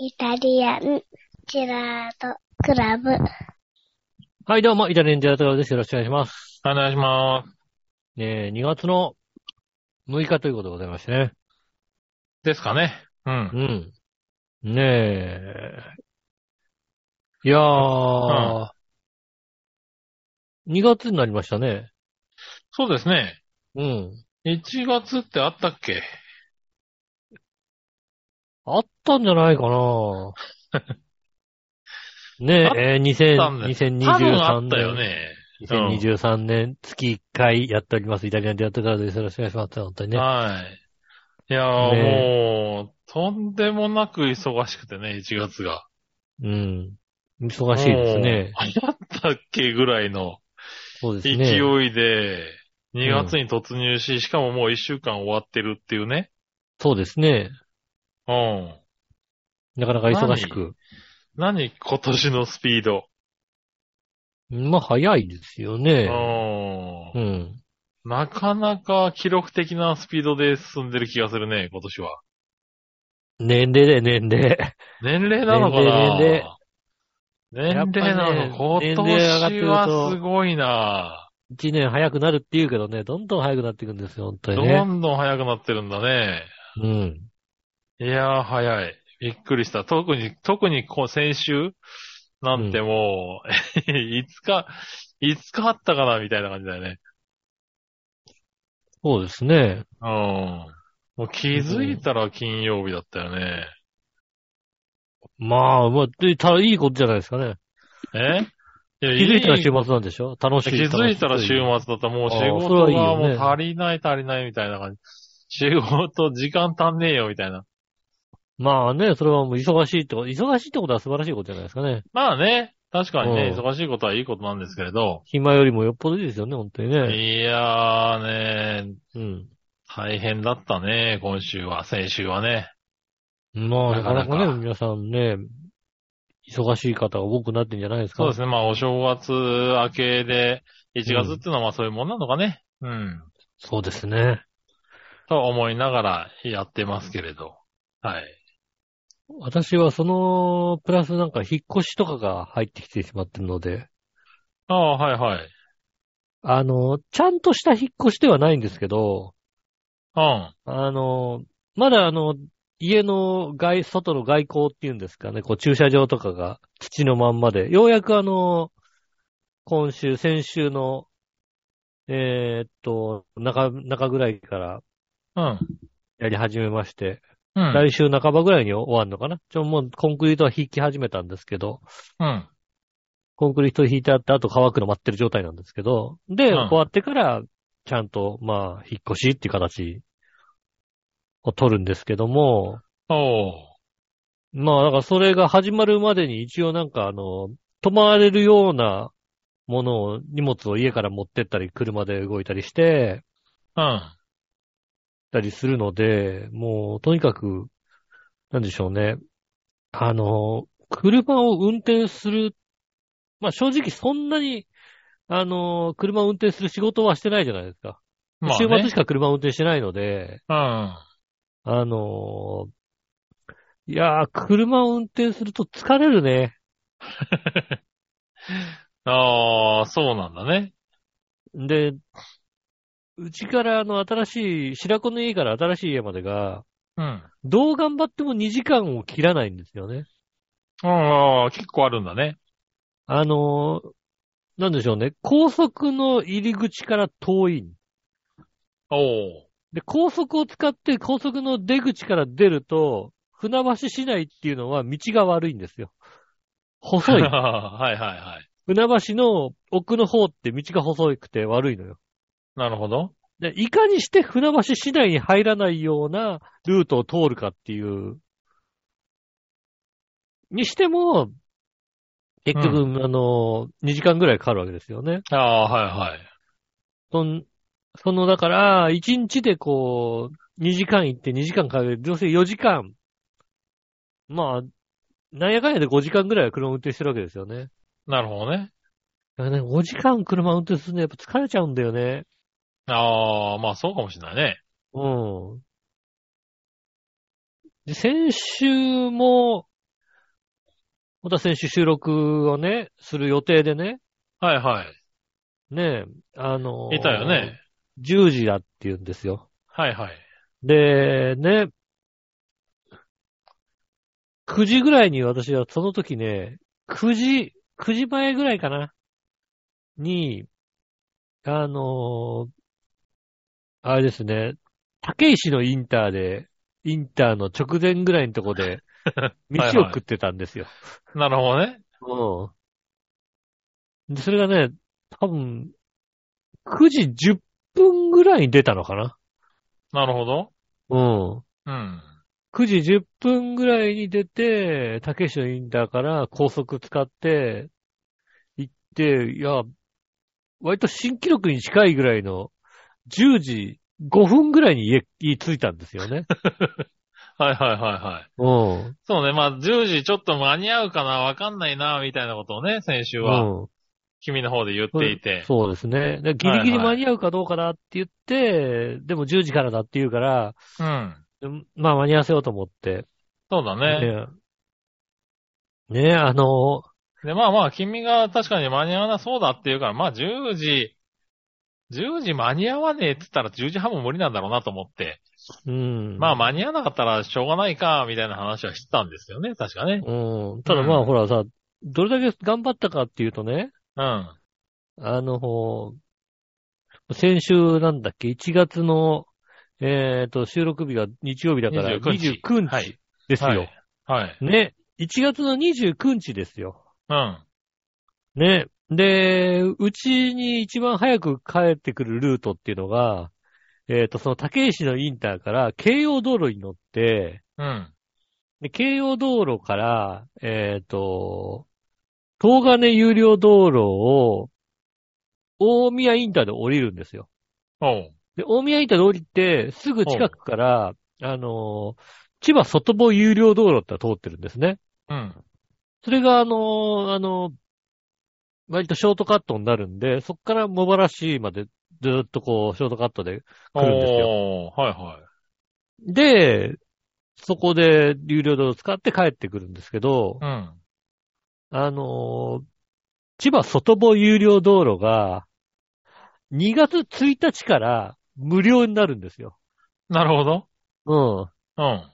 イタリアンジェラートクラブ。はい、どうも、イタリアンジェラートクラブです。よろしくお願いします。お願いします。ねえ、2月の6日ということでございましてね。ですかね。うん。うん。ねえ。いやー、2月になりましたね。そうですね。うん。 1月ってあったっけあったんじゃないか なねえ、えー2000あったんだよ多分あ2023ったよ年。ね。うん2023年、月1回やっております。イタリアンジェラートクラブです。よろしくお願いします。本当にね。はい。いやー、もう、とんでもなく忙しくてね、1月が。うん。忙しいですね。もう。あったっけぐらいのそうですね。勢いで、2月に突入し、しかももう1週間終わってるっていうね。そうですね。うん。なかなか忙しく。何今年のスピード。まあ、早いですよね。う。うんん。なかなか記録的なスピードで進んでる気がするね、今年は。年齢で、年齢。 年齢なのかな年齢年年齢齢なのやっぱ今ね年はすごいな一年早くなるって言うけどね、どんどん早くなっていくんですよ、本当にどね。んどん早くなってるんだね。うん。いやー、早い。びっくりした。特に、特にこう先週なんてもう、 いつか、いつかあったかなみたいな感じだよね。そうですね。うん。もう気づいたら金曜日だったよね。まあ、まあ、でたいいことじゃないですかね。えいや気づいたらい週い末なんでしょ楽し気い。づいたら楽し週末だったらもう仕あーそれ事はいいがよもねう足りない足りないみたいな感じ。仕事時間足んねえよみたいな。まあね、それはもう忙しいってこと、忙しいってことは素晴らしいことじゃないですかね。まあね、確かにね、うん忙しいことはいいことなんですけれど。暇よりもよっぽどいいですよね、本当にね。いやーね、うん。大変だったね、今週は、先週はね。まあ、なかなかななかかね、皆さんね、忙しい方が多くなってんじゃないですか。そうですね、まあお正月明けで、1月っていうのはまあそういうもんなのかね。うん。そうですね。と思いながらやってますけれど。はい。私はその、プラスなんか引っ越しとかが入ってきてしまってるので、ああ、はいはい。あの、ちゃんとした引っ越しではないんですけど、うん。あの、まだあの、家の外、外の外交っていうんですかね、こう駐車場とかが土のまんまで、ようやくあの、今週、先週の、えーっと、中、中ぐらいからうん。やり始めまして、うん。来週半ばぐらいに終わるのかなちょ、もうコンクリートは引き始めたんですけど、うん。コンクリート引いてあって、あと乾くの待ってる状態なんですけど、で、うん終わってから、ちゃんと、まあ、引っ越しっていう形を取るんですけども、おー。まあ、だからそれが始まるまでに一応なんか、あの、泊まれるようなものを、荷物を家から持ってったり、車で動いたりして、うん。たりするので、もう、とにかく、なんでしょうね。あの、車を運転する、まあ正直そんなに、あの、車を運転する仕事はしてないじゃないですか。まあ、週末ねし。か車を運転してないので、うん。あの、いやー、車を運転すると疲れるね。ああ、そうなんだね。で、うちからあの新しい、白子の家から新しい家までが、うん。どう頑張っても2時間を切らないんですよね。ああ、結構あるんだね。あのーなんでしょうね。高速の入り口から遠い。おお。で、高速を使って高速の出口から出ると、船橋市内っていうのは道が悪いんですよ。細い。 はいはいはい。船橋の奥の方って道が細くて悪いのよ。なるほど。で、いかにして船橋市内に入らないようなルートを通るかっていう。にしても、結局、あのー、2時間ぐらいかかるわけですよね。ああ、はいはい。そん、その、だから、1日でこう、2時間行って2時間かかる。どうせ4時間。まあ、なんやかんやで5時間ぐらいは車を運転してるわけですよね。なるほどね。だからね、5時間車運転するのやっぱ疲れちゃうんだよね。ああ、まあそうかもしれないね。うん。で、先週も、また先週収録をね、する予定でね、はいはい。ねえ、あのーいたよね。 10時だって言うんですよ。はいはい。で、ね、9時ぐらいに私はその時ね、9時、9時前ぐらいかな、に、あのーあれですね、竹石のインターで、インターの直前ぐらいのとこで、はい飯を食ってたんですよ。なるほどね。うん。で、それがね、多分、9時10分ぐらいに出たのかななるほど。うん。うん。 9時10分ぐらいに出て、竹石のインターから高速使って、行って、いや、割と新記録に近いぐらいの、10時5分ぐらいに家、家着いたんですよね。はいはいはいはい。 うん。そうね。まあ、10時ちょっと間に合うかな、わかんないな、みたいなことをね、先週は、うん君の方で言っていて。そうですね。でギリギリ間に合うかどうかなって言って、でも10時からだって言うから、うん。うんまあ間に合わせようと思って。そうだね。ねねあの、で、まあまあ、君が確かに間に合わなそうだっていうから、まあ、10時、10時間に合わねえって言ったら10時半も無理なんだろうなと思って。うん。まあ、間に合わなかったらしょうがないか、みたいな話はしてたんですよね、確かね。うん。ただまうあんほらさ、どれだけ頑張ったかっていうとね、うん。あの、ほう先週なんだっけ、1月の、えっ、と、収録日が日曜日だから29日29は日いですよ。はい。はい。ね。1月の29日ですよ。うん。ね。で、うちに一番早く帰ってくるルートっていうのが、えっ、と、その竹石のインターから京葉道路に乗って、うん。で、京葉道路から、えっ、と、東金有料道路を、大宮インターで降りるんですよ。おう。で、大宮インターで降りて、すぐ近くから、あのー、千葉外房有料道路ってのが通ってるんですね。うん。それが、あのーあのー割とショートカットになるんで、そっから茂原市までずーっとこう、ショートカットで。来るんですおーはいはい。で、そこで有料道路を使って帰ってくるんですけどう、ん。あのー千葉外房有料道路が、2月1日から無料になるんですよ。なるほど。うん。うん。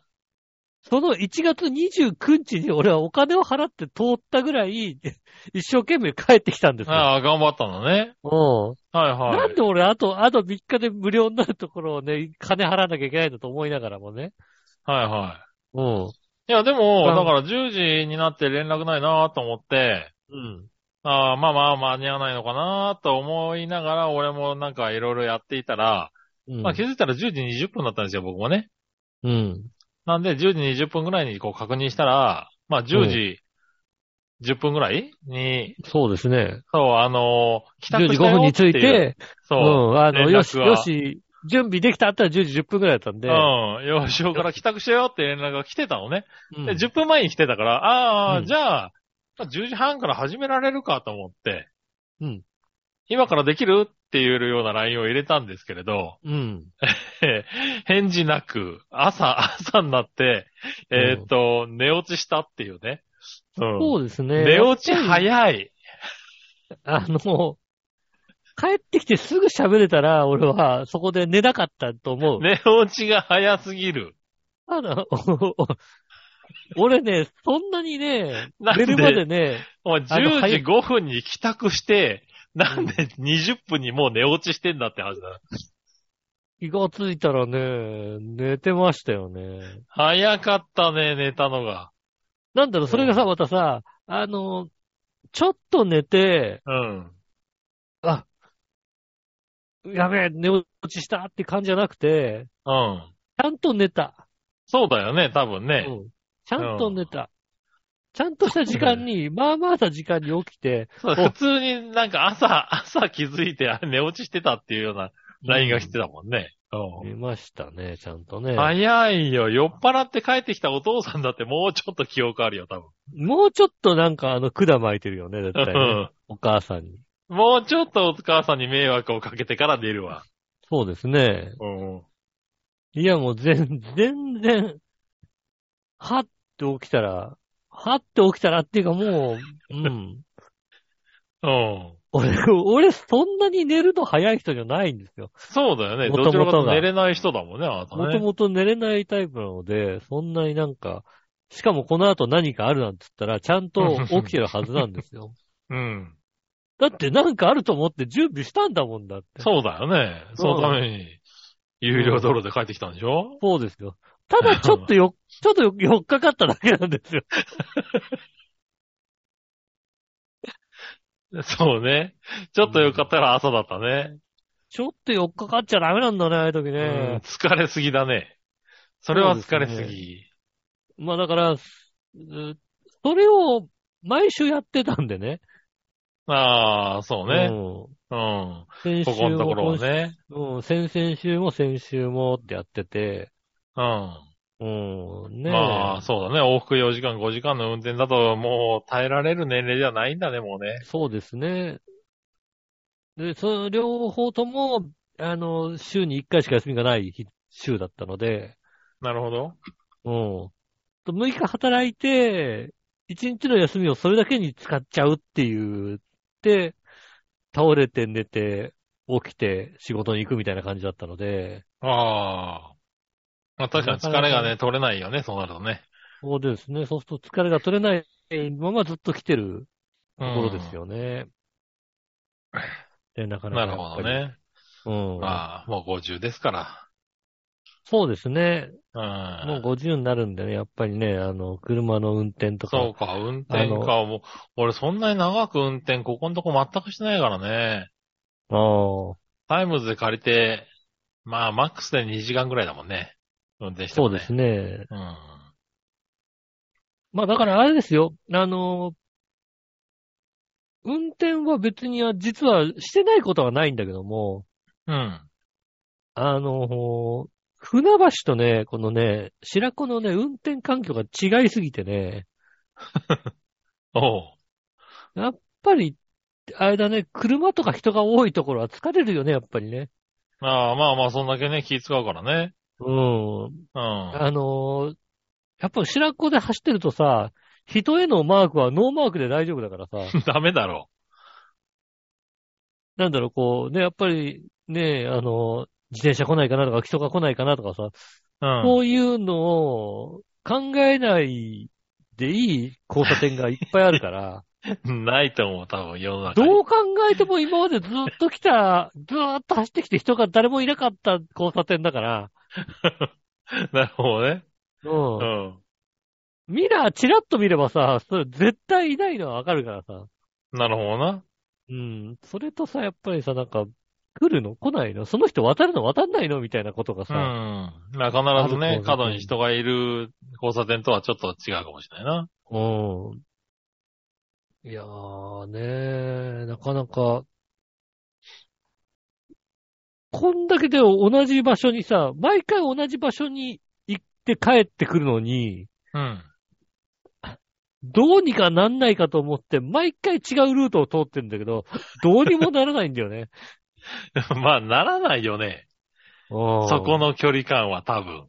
その1月29日に俺はお金を払って通ったぐらい、 一生懸命帰ってきたんですよ。ああ、頑張ったのね。うん。はいはい。なんで俺、あと、あと3日で無料になるところをね、金払わなきゃいけないんだと思いながらもね。はいはうん。い。いや、でも、あだから10時になって連絡ないなと思って、うん。ああ、まあまあ間に合わないのかなと思いながら、俺もなんかいろいろやっていたら、うん。まあ気づいたら10時20分だったんですよ、僕もね。うん。なんで10時20分ぐらいにこう確認したら、まあ10時10分ぐらいに、そうですね。そう、あのー、帰10宅時5したよ分っにてついういて、うそう。ん。あの、連絡はよし、よし、準備できたあったら10時10分くらいだったんで、うん。よし、から帰宅したよって連絡が来てたのね。うんで、10分前に来てたから、ああ、うんじゃあ、まあ10時半から始められるかと思って、うん今からできるっていうような LINE を入れたんですけれど、うん。返事なく、朝、朝になって、えーっと、寝落ちしたっていうね。うんそうですね。寝落ちい。早い。あの、帰ってきてすぐ喋れたら、俺はそこで寝なかったと思う。寝落ちが早すぎる。あの、 俺ね、そんなにね、なん寝でるまでね、おいあの10早時い5分に帰宅して、なんで20分にもう寝落ちしてんだって話だ。気がついたらね、寝てましたよね。早かったね、寝たのが。なんだろう、それがさ、うんまたさ、あの、ちょっと寝て、うん。やべえ、寝落ちしたって感じじゃなくて、うん。ちゃんと寝た。そうだよね、多分うね。ん、ちゃんと寝た。ちゃんとした時間に、まあまあした時間に起きて、そう普通になんか朝、朝気づいてあ寝落ちしてたっていうようなラインが来てたもんね。うん寝ましたね、ちゃんとね。早いよ。酔っ払って帰ってきたお父さんだってもうちょっと記憶あるよ、多分。もうちょっとなんかあの管巻いてるよね、絶対ね、お母さんに。うんもうちょっとお母さんに迷惑をかけてから出るわ。そうですね。うん。いや、もう全、全然、はって起きたら、はって起きたらっていうかもう、うん。うん。俺、俺そんなに寝るの早い人じゃないんですよ。そうだよね。元々どちらかというとが寝れない人だもんね、あなたもとね。もと寝れないタイプなので、そんなになんか、しかもこの後何かあるなんて言ったら、ちゃん と起きてるはずなんですよ。うん。だってなんかあると思って準備したんだもんだって。そうだよね。そのために、有料道路で帰ってきたんでしょそうですよ。ただちょっと よ、ちょっとよ、よっかかっただけなんですよ。そうね。ちょっとよかったら朝だったね。ちょっとよっかかっちゃダメなんだね、ああいう時うんね。疲れすぎだね。それは疲れすそうですぎ。まあだから、うそれを毎週やってたんでね。ああ、そうね。ううん。ん。先ここ週のところもは、ね。うん、先々週も先週もってやってて、うん。うん、ねえまあ、そうだね。往復4時間、5時間の運転だと、もう耐えられる年齢じゃないんだね、もうね。そうですね。で、その両方とも、あの、週に1回しか休みがない日週だったので、なるほど。うん。と6日働いて、1日の休みをそれだけに使っちゃうっていう、で、倒れて寝て、起きて仕事に行くみたいな感じだったので、ああ。まあ確かに疲れなかがなね、取れないよね、そうなるとね。そうですね。そうすると疲れが取れないままずっと来てるうとんころです。よね。で、なかなかなやっぱり。るほどね。うん。まあ、もう50ですかそうですね。ら。うもうん。50になるんでね、やっぱりね、あの、車の運転とか。そうか、運あ転か。のもう、俺そんなに長く運転、ここのとこ全くしてないからね。あタイムズで借りて、まあ、マックスで2時間ぐらいだもんね。運転あしてそもうね。ですね。うん。まあだからあれですよ。あの、運転は別には、実はしてないことはないんだけども、うん。あの、船橋とね、このね、白子のね、運転環境が違いすぎてね、おう。やっぱり、あれだね、車とか人が多いところは疲れるよね、やっぱりね。ああ、まあまあ、そんだけね、気使うからね。うん。うん。あのーやっぱ白子で走ってるとさ、人へのマークはノーマークで大丈夫だから さ、ダメだろなんだろう、こう、ね、やっぱり、ね、あのー自転車来ないかなとか、人が来ないかなとかさ、う。うん。こういうのを考えないでいい交差点がいっぱいある から、ないと思う、多分、世の中に。どう考えても今までずっと来た、ずーっと走ってきて人が誰もいなかった交差点だから、なるほどね。う。うんん。ミラーチラッと見ればさ、それ絶対いないのはわかるからさ。なるほどな。うん。それとさ、やっぱりさ、なんか、来るの来ないのその人渡るの渡んないのみたいなことがうさ、ん。まあ、必ずある交差ね、点角に人がいる交差点とはちょっと違うかもしれないな。うん。いやーねー、なかなか、こんだけで同じ場所にさ、毎回同じ場所に行って帰ってくるのに、うん。どうにかなんないかと思って、毎回違うルートを通ってんだけど、どうにもならないんだよね。 まあ、ならないよね。そそこの距離感は多分。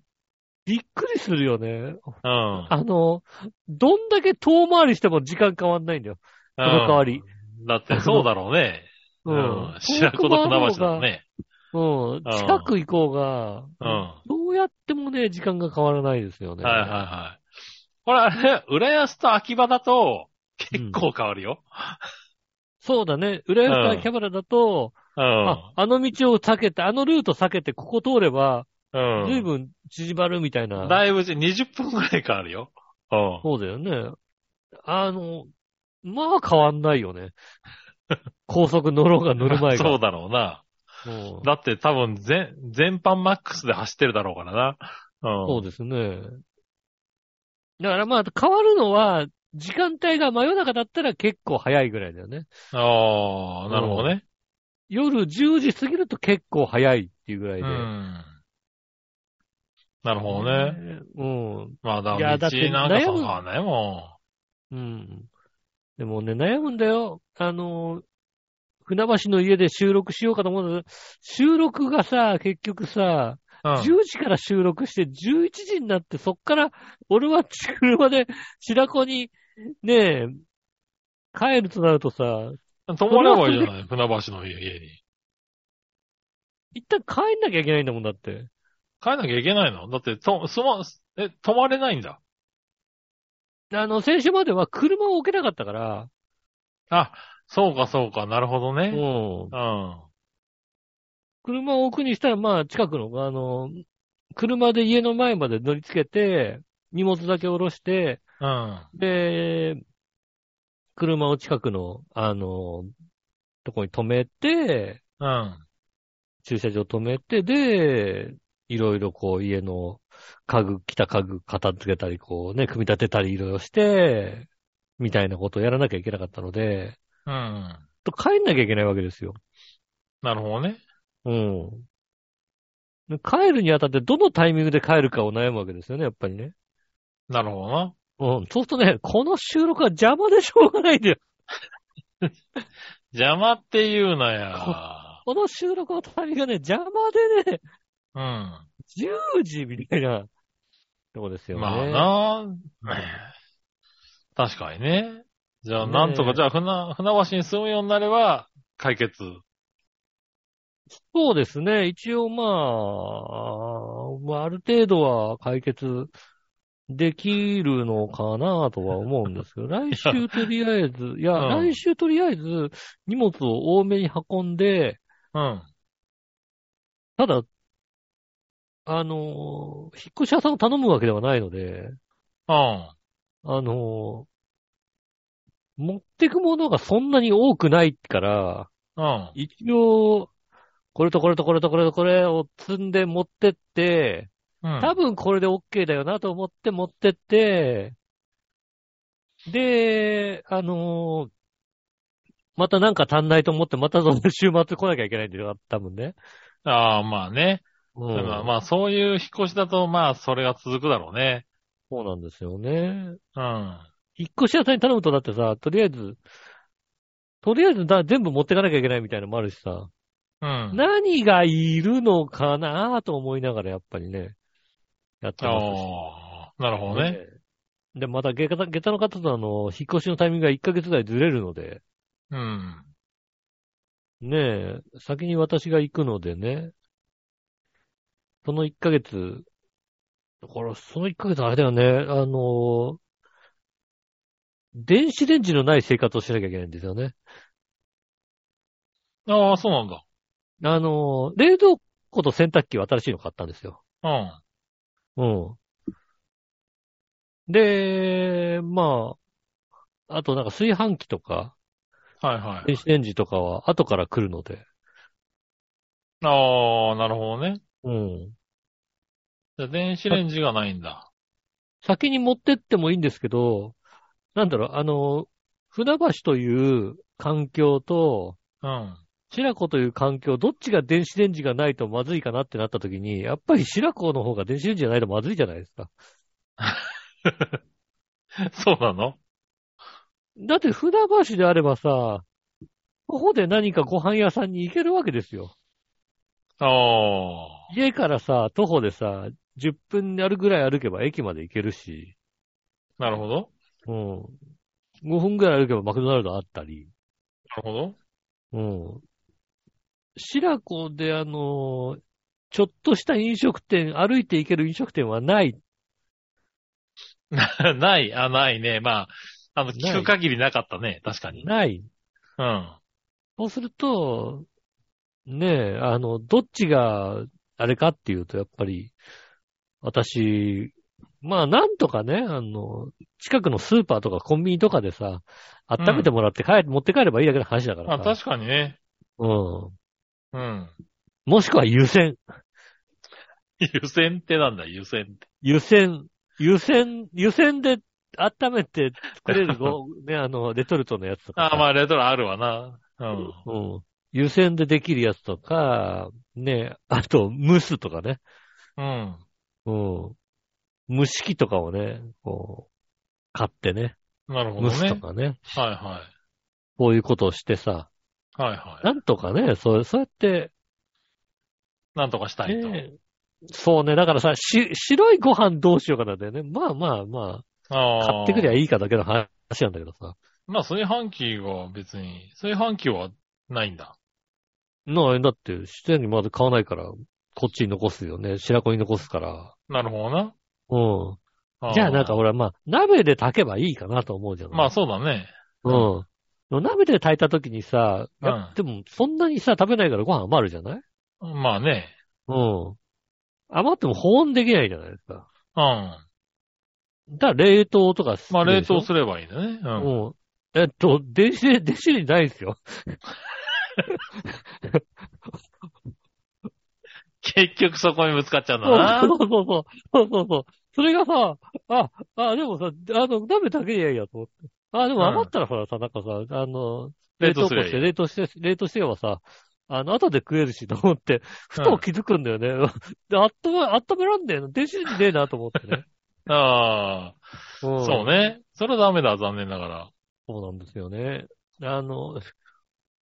びっくりするよね。うん。あの、どんだけ遠回りしても時間変わんないんだよ。そその代わり。だって、そうだろうね。 うん。白子と船橋だもんね。うん。うん近く行こうが、うん。はどうやってもね、時間が変わらないですよいね。はいはい。これあれ、浦安と秋葉だと、結構変わるよ。そうだね。浦安からキャバラだと、うんあ、。あの道を避けて、あのルート避けて、ここ通れば、うん。随分縮まるみたいな。だいぶじ、20分くらい変わるよ。うん。そうだよね。あの、まあ変わんないよ ね。高速乗ろうが乗る前が。そうだろうな。うんだって多分全、全般マックスで走ってるだろうからな。うん。そうですね。だからまあ、変わるのは、時間帯が真夜中だったら結構早いぐらいだよね。ああ、なるほどね。夜10時過ぎると結構早いっていうぐらいうで。ん。なるほどね。うん。まあ、だいやだ道ってなんか悩さ、むまあね、もうん。でもね、悩むんだよ。あの、船橋の家で収録しようかと思うんだけど、収録がさ、結局さ、うん。 10時から収録して、11時になって、そっから、俺は車で白子に、ねえ、帰るとなるとさ、泊まればいいじゃない船橋の家に。一旦帰んなきゃいけないんだもんだって。帰らなきゃいけないのだって、と、そま、え、泊まれないんだ。あの、先週までは車を置けなかったから、あ、そうかそうか、なるほどうね。ん。うん。車を置くにしたら、まあ、近くの、あの、車で家の前まで乗りつけて、荷物だけ下ろして、うん。で、車を近くの、あの、とこに止めて、うん。駐車場止めて、で、いろいろこう家の家具、来た家具片付けたり、こうね、組み立てたりいろいろして、みたいなことをやらなきゃいけなかったので、うん。と帰んなきゃいけないわけですよ。なるほどね。うん。で帰るにあたってどのタイミングで帰るかを悩むわけですよね、やっぱりね。なるほどな。うん。そうするとね、この収録は邪魔でしょうがないんだよ。邪魔って言うなや。この収録のタイミングがね、邪魔でね、うん。 10時みたいな、 とこですよね。まあな、確かにね。じゃあ、なんとねか、えじゃあ、船、船橋に住むようになれば、解決。そうですね。一応まあ、まあ、ある程度は解決できるのかなとは思うんです けど、来週とりあえず、いや、うん来週とりあえず荷物を多めに運んで、うん。ただ、あのー、引っ越し屋さんを頼むわけではないので、うん。あのー、持ってくものがそんなに多くないから、うん。一応、これとこれとこれとこれとこれを積んで持ってって、うん。多分これで OK だよなと思って持ってって、で、あのーまたなんか足んないと思って、またその週末来なきゃいけないんだよ、多分ね。ああ、まあね。うだからん、まあ、そういう引っ越しだと、まあ、それが続くだろうね。そうなんですよね。うん。引っ越し屋さんに頼むとだってさ、とりあえず、とりあえずだ全部持ってかなきゃいけないみたいなのもあるしさ、うん。何がいるのかなと思いながらやっぱりね、やってますし。ああ、なるほどね。で、また下駄、下駄の方とあの、引っ越しのタイミングが1ヶ月ぐらいずれるので、うん。ねえ、先に私が行くのでね、その1ヶ月、だからその1ヶ月あれだよね、あの、電子レンジのない生活をしなきゃいけないんですよね。ああ、そうなんだ。あの、冷蔵庫と洗濯機は新しいの買ったんですよ。うん。うん。で、まあ、あとなんか炊飯器とか、はいはい。電子レンジとかは後から来るので。ああ、なるほどね。うん。じゃあ電子レンジがないんだ。先に持ってってもいいんですけど、なんだろう、あの、船橋という環境と、うん。白子という環境、どっちが電子レンジがないとまずいかなってなった時に、やっぱり白子の方が電子レンジがないとまずいじゃないですか。 そうなのだって船橋であればさ、ここで何かご飯屋さんに行けるわけですよ。ああ。家からさ、徒歩でさ、10分あるぐらい歩けば駅まで行けるし。なるほど。うん。5分ぐらい歩けばマクドナルドあったり。なるほど。 うん。白子であのー、ちょっとした飲食店、歩いて行ける飲食店はない。ない、あ、ないね。まあ、あの、ない聞く限りなかったね。確かに。ない。うん。そうすると、ねえ、あの、どっちが、あれかっていうと、やっぱり、私、まあ、なんとかね、あの、近くのスーパーとかコンビニとかでさ、温めてもらって帰、持って帰ればいいだけの話だからあ、さ。確かにね。うん。 うん。もしくは湯煎。湯煎ってなんだ、湯煎って。湯煎、湯煎、湯煎で温めて作れる ご、ね、あの、レトルトのやつとかさ。あ、まあ、レトロあるわな。うん。うん。湯煎でできるやつとか、ね、あと、蒸すとかね。うん。うん。蒸し器とかをね、こう、買ってね、なるほど蒸すとね。かね、はいはこういうことをしてさ、い。はいはなんとかね、そう、そうやって、い。なんとかしたいと。ね、そうね。だからさ、し、白いご飯どうしようかなんだよね。まあまあまあ、ああ。買ってくりゃいいかだけの話なんだけどさ。まあ、炊飯器は別に、炊飯器はないんだ。なあ、だって、自然にまだ買わないから、こっちに残すよね。白子に残すから。なるほどな。うん。あーじゃあなんか、俺はまあ、鍋で炊けばいいかなと思うじゃん。まあそうだね。うん。でも鍋で炊いた時にさ、うんやでもそんなにさ、食べないからご飯余るじゃないまあね。うん。余っても保温できないじゃないですか。うん。だから冷凍とかすまある冷でしょ凍すればいいんだね。うん。うん。えっと、電子レンジ、電子レンジないですよ。結局そこにぶつかっちゃうんだそうな。そうそうそう。そうそうそう。それがさ、あ、あ、でもさ、あの、鍋だけでいいやと思って。あ、でも余ったらほらさ、なんかさ、あの、冷冷凍凍す庫ればしいいて、冷凍して、冷凍してればさ、あの、後で食えるしと思って、ふと気づくんだよね。で、あっため、あっためらんねえの。電子レンジねえなと思 ってね。ああ、うんそうね。それはダメだ、残念ながら。そうなんですよね。あの、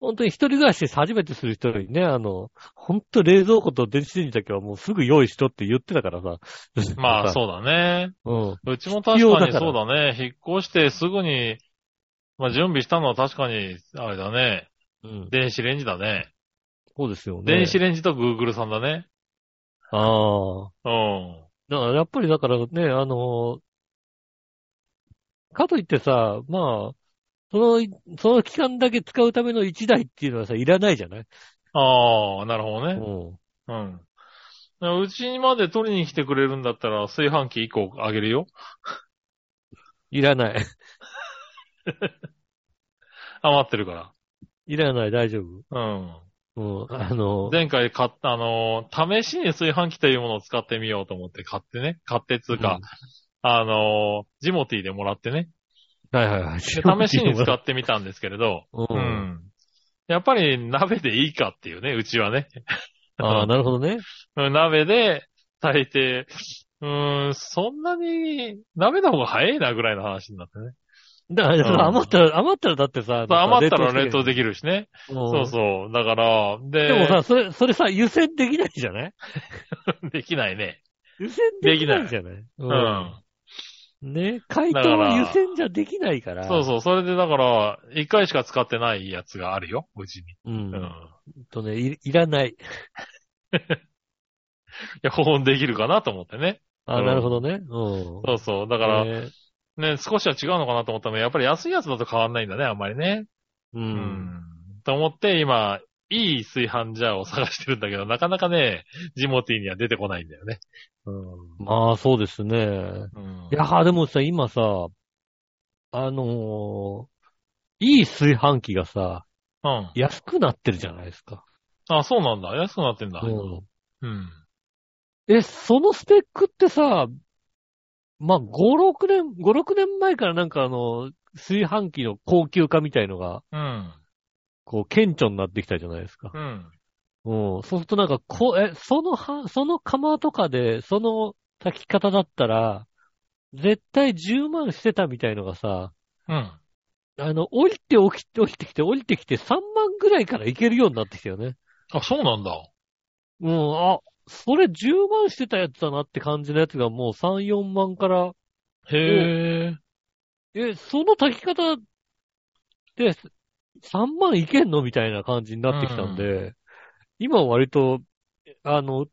本当に一人暮らし初めてする人にね、あの、本当冷蔵庫と電子レンジだけはもうすぐ用意しとって言ってたからさ。まあ、そうだね。う。うちも確必要かだにからそうだね。引っ越してすぐに、まあ準備したのは確かに、あれだね。うん。うん。電子レンジだね。そうですよね。電子レンジと Google さんだね。ああ。うん。だからやっぱりだからね、あの、かといってさ、まあ、その、その期間だけ使うための1台っていうのはさ、いらないじゃないああ、なるほどうね。ん。うん。うちまで取りに来てくれるんだったら、炊飯器1個あげるよ。いらない。 余ってるかいらない、大丈ら。夫。うん。あのうん。、前回買った、あのー試しに炊飯器というものを使ってみようと思って買ってね。買ってっつうか、うんあのージモティーでもらってね。はいはいはい。で試しに使ってみたんですけれど、う。うんん。やっぱり鍋でいいかっていうね、うちはね。ああ、なるほどね。うん鍋で炊いて、うーん、そんなに、鍋の方が早いなぐらいの話になってね。だから、うん余ったら、余ったらだってさ、そう余ったら冷凍でできるしね。きる。そうそう。だから、で、でもさ、それ、それさ、湯煎できないじゃないできないね。湯煎できないじゃないうん。うん。ね、解凍だからは湯煎じゃできないから。そうそう。それでだから、一回しか使ってないやつがあるよ、うちに。う。。うんん。いとね、いいらない。や、保温できるかなと思ってね。あ、うんなるほどね。うん。そうそう。だから、ねね、少しは違うのかなと思ったのやっぱり安いやつだと変わんないんだね、あんまりね。う。。うんと思って、今、いい炊飯ジャーを探してるんだけど、なかなかね、ジモティーには出てこないんだよね。うまあ、そうですね。ん。いやー、でもさ、今さ、あのーいい炊飯器がさ、うん。安くなってるじゃないですか。あ、そうなんだ。安くなってんだ。うん。うん。え、そのスペックってさ、まあ、5、6年、5、6年前からなんかあの、炊飯器の高級化みたいのが、うん。こう、顕著になってきたじゃないですか。うん。うん。そうするとなんか、こう、え、そのは、その釜とかで、その炊き方だったら、絶対10万してたみたいのがさ、うん。あの、降りて起きて、降りてきて、降りてきて3万ぐらいからいけるようになってきたよね。あ、そうなんだ。うん、あ、それ10万してたやつだなって感じのやつがもう3、4万から、へえ。え、その炊き方で3万いけんのみたいな感じになってきたんで、今は割と、あの、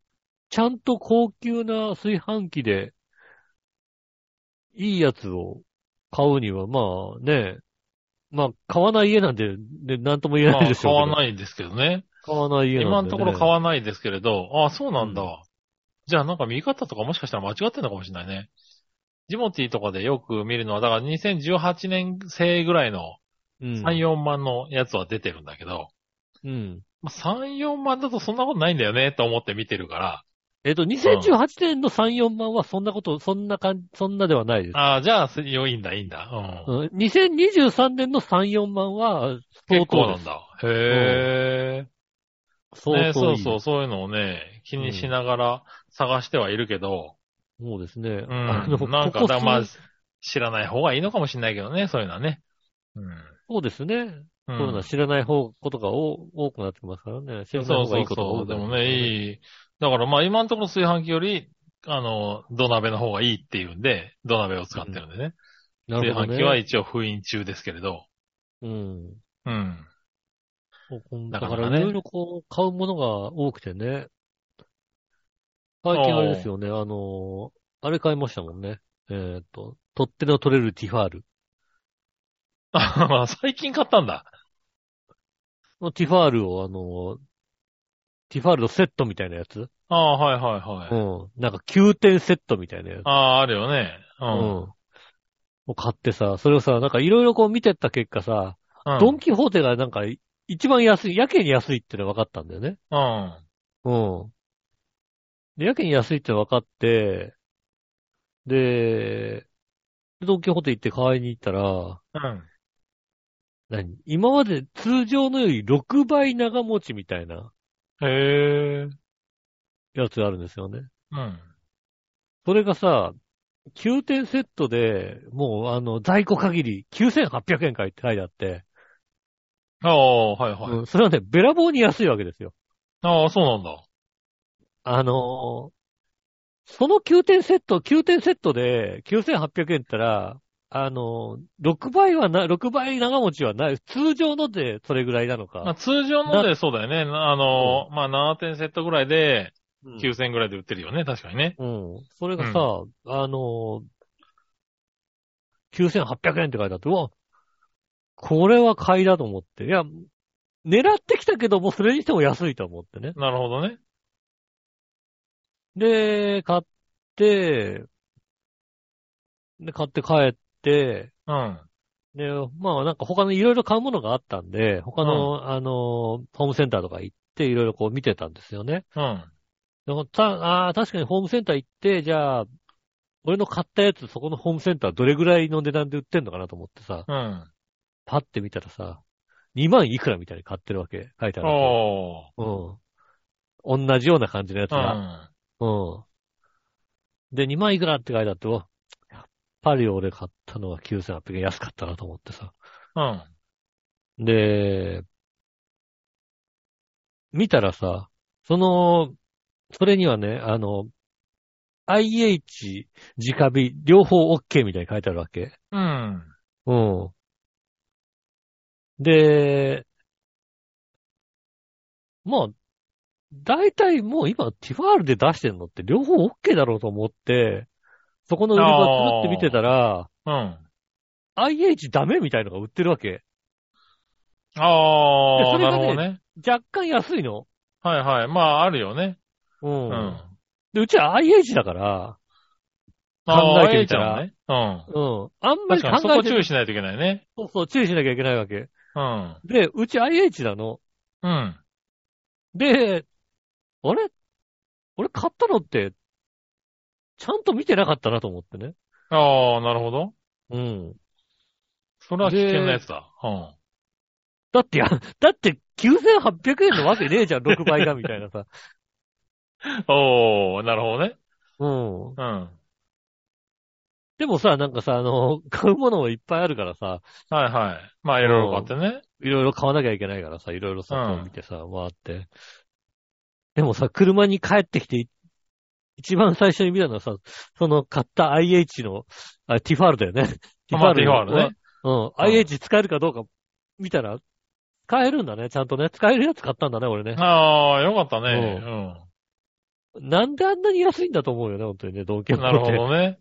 ちゃんと高級な炊飯器で、いいやつを買うには、まあね、まあ買わない家なんで、ね、なんとも言えまないあ、でし買ょうわけど。ないですけどね。買わない家な今んで、のね。ところ買わないですけれど、あそうなんだ。うじゃあなんか見方とかもしかしたら間違ってんのかもしれないね。ジモティーとかでよく見るのは、だから2018年生ぐらいのうん。 3、4万のやつは出てるんだけど、うん。まあ3、4万だとそんなことないんだよねと思って見てるから、えっと、2018年の3、4万はそんなこと、そんな感じ、そんなではないです。ああ、じゃあ良いんだ、いいんだ。うん。うん2023年の3、4万は、相結構当なでんす。だ。へえ。ね相当そいうい。そう、そういうのをね、気にしながら探してはいるけど、そうですね。うん。あのなんかここだ、数まあ、知らない方がいいのかもしれないけどね、そういうのはね。うん。そうですね。ココロナ知らない方、ことが多多くなってますからね。知らないそう方がそいういことがそ多う。くなっでてもますからね、いい。だからまあ今のところ炊飯器より、あの、土鍋の方がいいっていうんで、土鍋を使ってるんでね。なるほど炊飯ね。器は一応封印中ですけれど。うん。うん。そうだなかかなからねいろいろこう、買うものが多くてね。最近あれですよね、あの、あれ買いましたもんね。えーっと、取っ手の取れるティファール。あ まあ最近買ったんだ。のティファールをあの、ティファールのセットみたいなやつああ、はいはいはうい。ん。なんか9点セットみたいなやつ。ああ、あるよね。ううんん。を買ってさ、それをさ、なんかいろいろこう見てった結果さ、うん。ドンキホーテがなんか一番安い、やけに安いってのは分かったんだよね。うん。うん。で、やけに安いって分かって、で、ドンキホーテ行って買いに行ったら、うん。何今まで通常のより6倍長持ちみたいなへえ。やつがあるんですよね。うん。それがさ、9点セットで、もうあの、在庫限り9800円かいって書いてあって、ああ、はいはい。うんそれはね、べらぼうに安いわけですよ。ああ、そうなんだ。あのーその9点セット、9点セットで9800円ったら、あのー、6倍はな、6倍長持ちはない。通常のでそれぐらいなのまあ、か。通常のでそうだよね。なあの、まあ7点セットぐらいでうん。 9000円ぐらいで売ってるよね。確かにね。うんそれがさ、あのー9800円って書いてあって、うわ、これは買いだと思って。いや、狙ってきたけども、それにしても安いと思ってね。なるほどね。で、買って、で、買って帰って、うん。で、まあなんか他のいろいろ買うものがあったんで、他の、あの、ホームセンターとか行っていろいろこう見てたんですよね。うん。でもたあー確かにホームセンター行って、じゃあ、俺の買ったやつ、そこのホームセンターどれぐらいの値段で売ってんのかなと思ってさ、うん。パッて見たらさ、2万いくらみたいに買ってるわけ、書いてあるわおー。け。うん。同じような感じのやつうが。ん。うん。で、2万いくらって書いてあって、おやっぱり俺買ったのは9800円安かったなと思ってさ。うん。で、見たらさ、その、それにはね、あの、IH、直火、両方 OK みたいに書いてあるわけ。うん。うん。で、まあ、大体もう今、ティファールで出してんのって両方 OK だろうと思って、そこの売り場つるって見てたら、うん。 IH ダメみたいのが売ってるわけ。であそー、れがなねるほどね。若干安いの。はいはい。まあ、あるよね。う。うんん。で、うちは IH だから、考えあてーみ A たちゃんらね。うん。うん。あんまり確考かにそえこて注意しないといけないね。そうそう、注意しなきゃいけないわけ。うん。で、うち IH なの。うん。で、あれ俺買ったのって、ちゃんと見てなかったなと思ってね。あー、なるほど。うん。それは危険なやつだ。うん。だってや、 だって9800円のわけねえじゃん、6倍がみたいなさ。おー、なるほどね。うん。うん。でもさ、なんかさ、あの、買うものもいっぱいあるからさ、はいはい。まあ、いろいろ買ってね。いろいろ買わなきゃいけないからさ、いろいろさ、うんこう見てさ、回って。でもさ、車に帰ってきて、い一番最初に見たのはさ、その買った IH の、あ、ティファールだよね。 まあティファールね。うん。IH 使えるかどうか見たら、使えるんだね、ちゃんとね。使えるやつ買ったんだね、俺ね。 ああ、よかったね。なんであんなに安いんだと思うよね、本当にね、ドンキうホん。なるーほテ。どね。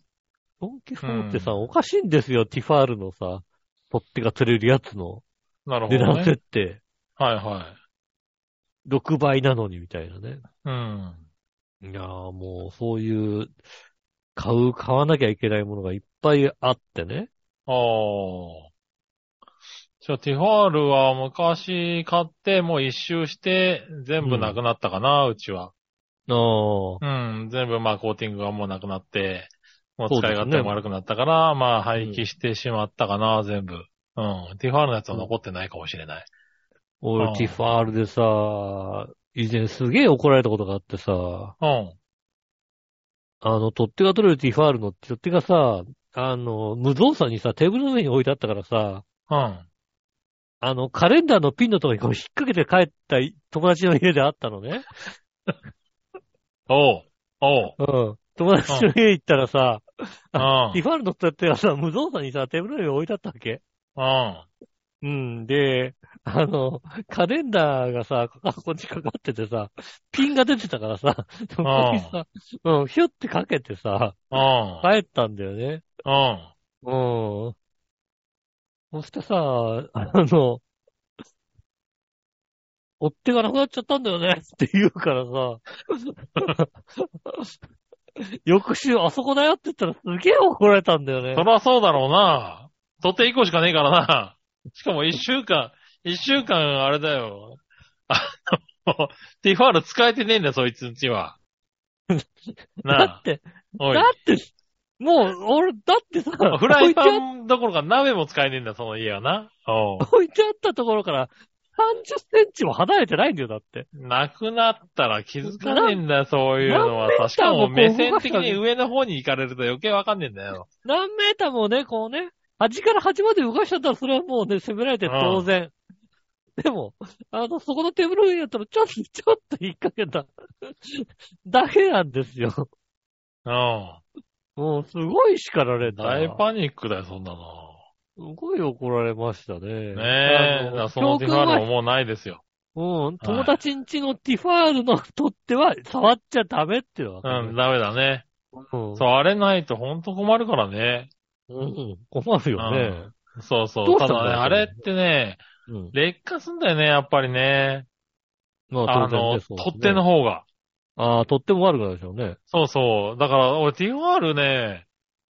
ドンキホーテさ、おかしいんですよ、ティファールのさ、取っ手が取れるやつのなるほ値ど段ね。設定、はいはい。 6倍なのにみたいなね。うん。いやーもう、そういう、買う、買わなきゃいけないものがいっぱいあってね。ああ。じゃあ、ティファールは昔買って、もう一周して、全部なくなったかな、うちは。ああ。うん。全部、まあ、コーティングがもうなくなって、もうそう使ですねい勝手も悪くなったから、まあ、廃棄してしまったかな、全部。うん。ティファールのやつは残ってないかもしれない。あ俺、ーティファールでさ、以前すげえ怒られたことがあってさ、うん。あの、取っ手が取れるティファールの取っ手がさ、あの、無造作にさ、テーブルの上に置いてあったからさ、うん。あの、カレンダーのピンのとこにこう引っ掛けて帰った友達の家であったのね。おう。おう。うん。友達の家行ったらさ、うん。ティファールのって手がさ、無造作にさ、テーブルの上に置いてあったわけ。うん。うん。で、あの、カレンダーがさ、ここにかかっててさ、ピンが出てたからさ、そこにさ、うん、ヒュってかけてさ、うん。帰ったんだよね。うん。うん。そしてさ、あの、追っ手がなくなっちゃったんだよねって言うからさ、翌週あそこだよって言ったらすげえ怒られたんだよね そ。りゃそうだろうな。取って1個しかねえからな。 しかも1週間、1週間あれだよ。あの、 ティファール使えてねえんだよ、そいつん ちは。だなあっ。て、おいだ。って、もう、俺、だってさ、フライパ置いてンどころか鍋も使えねえんだ、その家はな。おうあ置いてあったところから30センチも離れてないんだよ、だって。なくなったら気づかねえんだよ、そういうの何はメーターさ。もしかも目線的こう動かしにたの上の方に行かれると余計わかんねえんだよ。何メーターもね、こうね、端から端まで動かしちゃったら、それはもうね、攻められて当然。でも、あの、そこのテーブルの上だったら、ちょっと、ちょっと引っ掛けただけなんですよ。うん。もう、すごい叱られた。大パニックだよ、そんなの。すごい怒られましたね。ねあえ、だからのその教テ訓ィファールはももうないですよ。うん、友達んちのティファールのとっては、触っちゃダメっていうのは分うかるん、ダメだね。うんそう、あれないとほんと困るからね。うん、困るよね。そうそう。どうしたたんだだね、よあれってね、うん。劣化すんだよね、やっぱりね。ま当あ然の、ねそうですね取っ手の方が。ああ、取っ手も悪くなるでしょうね。そうそう。だから、俺 TFR ね、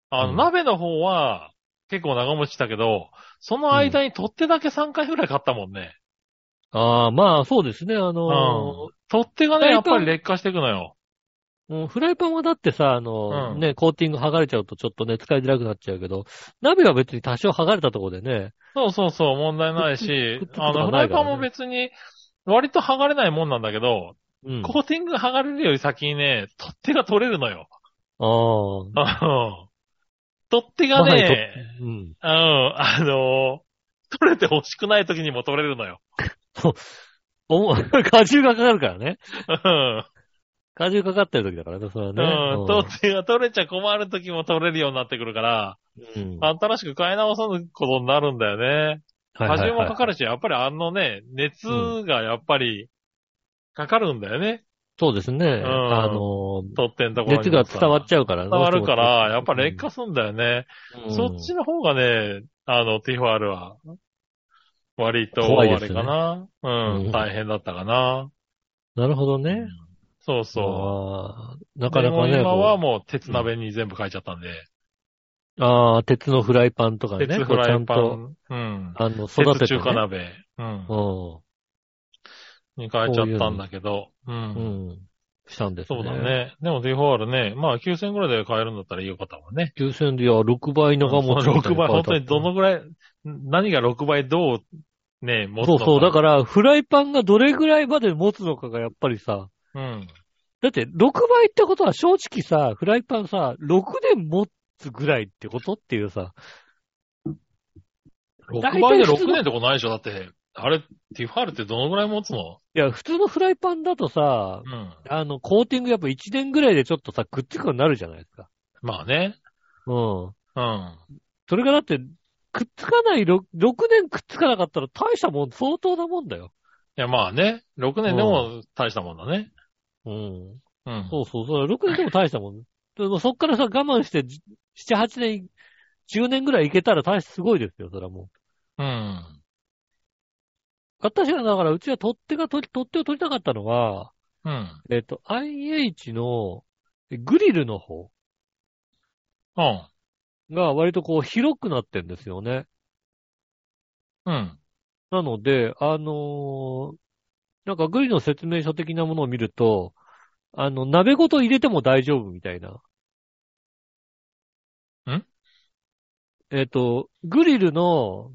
あの、うん鍋の方は結構長持ちしたけど、その間に取っ手だけ3回ぐらい買ったもんね。ああ、まあ、そうですね。あうんの。取っ手がね、フラやイっパンぱり劣化していくのよ。うんフライパンはだってさ、あの、うんね、コーティング剥がれちゃうとちょっとね、使いづらくなっちゃうけど、鍋は別に多少剥がれたところでね、そうそうそう、問題ないしくっつく、とあこがの、フなラいイからねパンも別に、割と剥がれないもんなんだけど、うん。コーティングが剥がれるより先にね、取っ手が取れるのよ。あうん取っ手あ。がまさに取っね、手うん。うん、あのー取れて欲しくない時にも取れるのよ。おも、 荷重がかかるからね。うん荷重かかってる時だからね、それはね。うん、取っ手が取れちゃ困る時も取れるようになってくるから、うん。うん新しく買い直さぬことになるんだよね。はいはい荷重はいもかかるし、やっぱりあのね、熱がやっぱりかかるんだよね。そうですね。んあの、取っ手のところにも熱さ。が伝わっちゃうからね。伝わるから、やっぱ劣化すんだよね。うん、そっちの方がね、あの、ティファールは、割と、怖いであすれねかな、ううんん、大変だったかな。なるほどね。そうそああ、う。なかなかね。でも今はこもう鉄鍋に全部変えちゃったんで、うああ、鉄のフライパンとかね。鉄フライパこン、うんう。ちゃんと、あの、育て鉄て、ね。中華鍋、うんう、に変えちゃったんだけど、うん。ん。うん。したんですね。そうだ。ね。でもティファールね、まあ9000ぐらいで買えるんだったらいいよかったもんね。 9000で、いや、6倍長持ち。 6倍、本当にどのぐらい、何が6倍どう、ね、持つそのうか。そう。だから、フライパンがどれぐらいまで持つのかがやっぱりさ。ら。うん。だって、6倍ってことは正直さ、フライパンさ、6年持つぐらいってことっていうさ。 6倍で大体普通6の年ってことないでしょだって、あれ、ティファールってどのぐらい持つのいや、普通のフライパンだとさう、ん。あの、コーティングやっぱ1年ぐらいでちょっとさ、くっつくようになるじゃないですか。まあね。うん。うん。それがだって、くっつかない6、6年くっつかなかったら大したもん、相当なもんだよ。いや、まあね。6年でも大したもんだね。うん。うん。そうそう、そう6年でも大したもん。でもそっからさ、我慢して、じ7、8年、10年ぐらいいけたら大してすごいですよ、それはもう。うん。私はだから、うちは取っ手が取り、取っ手を取りたかったのは、うん。えっ、と、IH のグリルの方うん。が割とこう広くなってんですよね。うん。なので、あのーなんかグリの説明書的なものを見ると、あの、鍋ごと入れても大丈夫みたいな。んえっ、と、グリルの、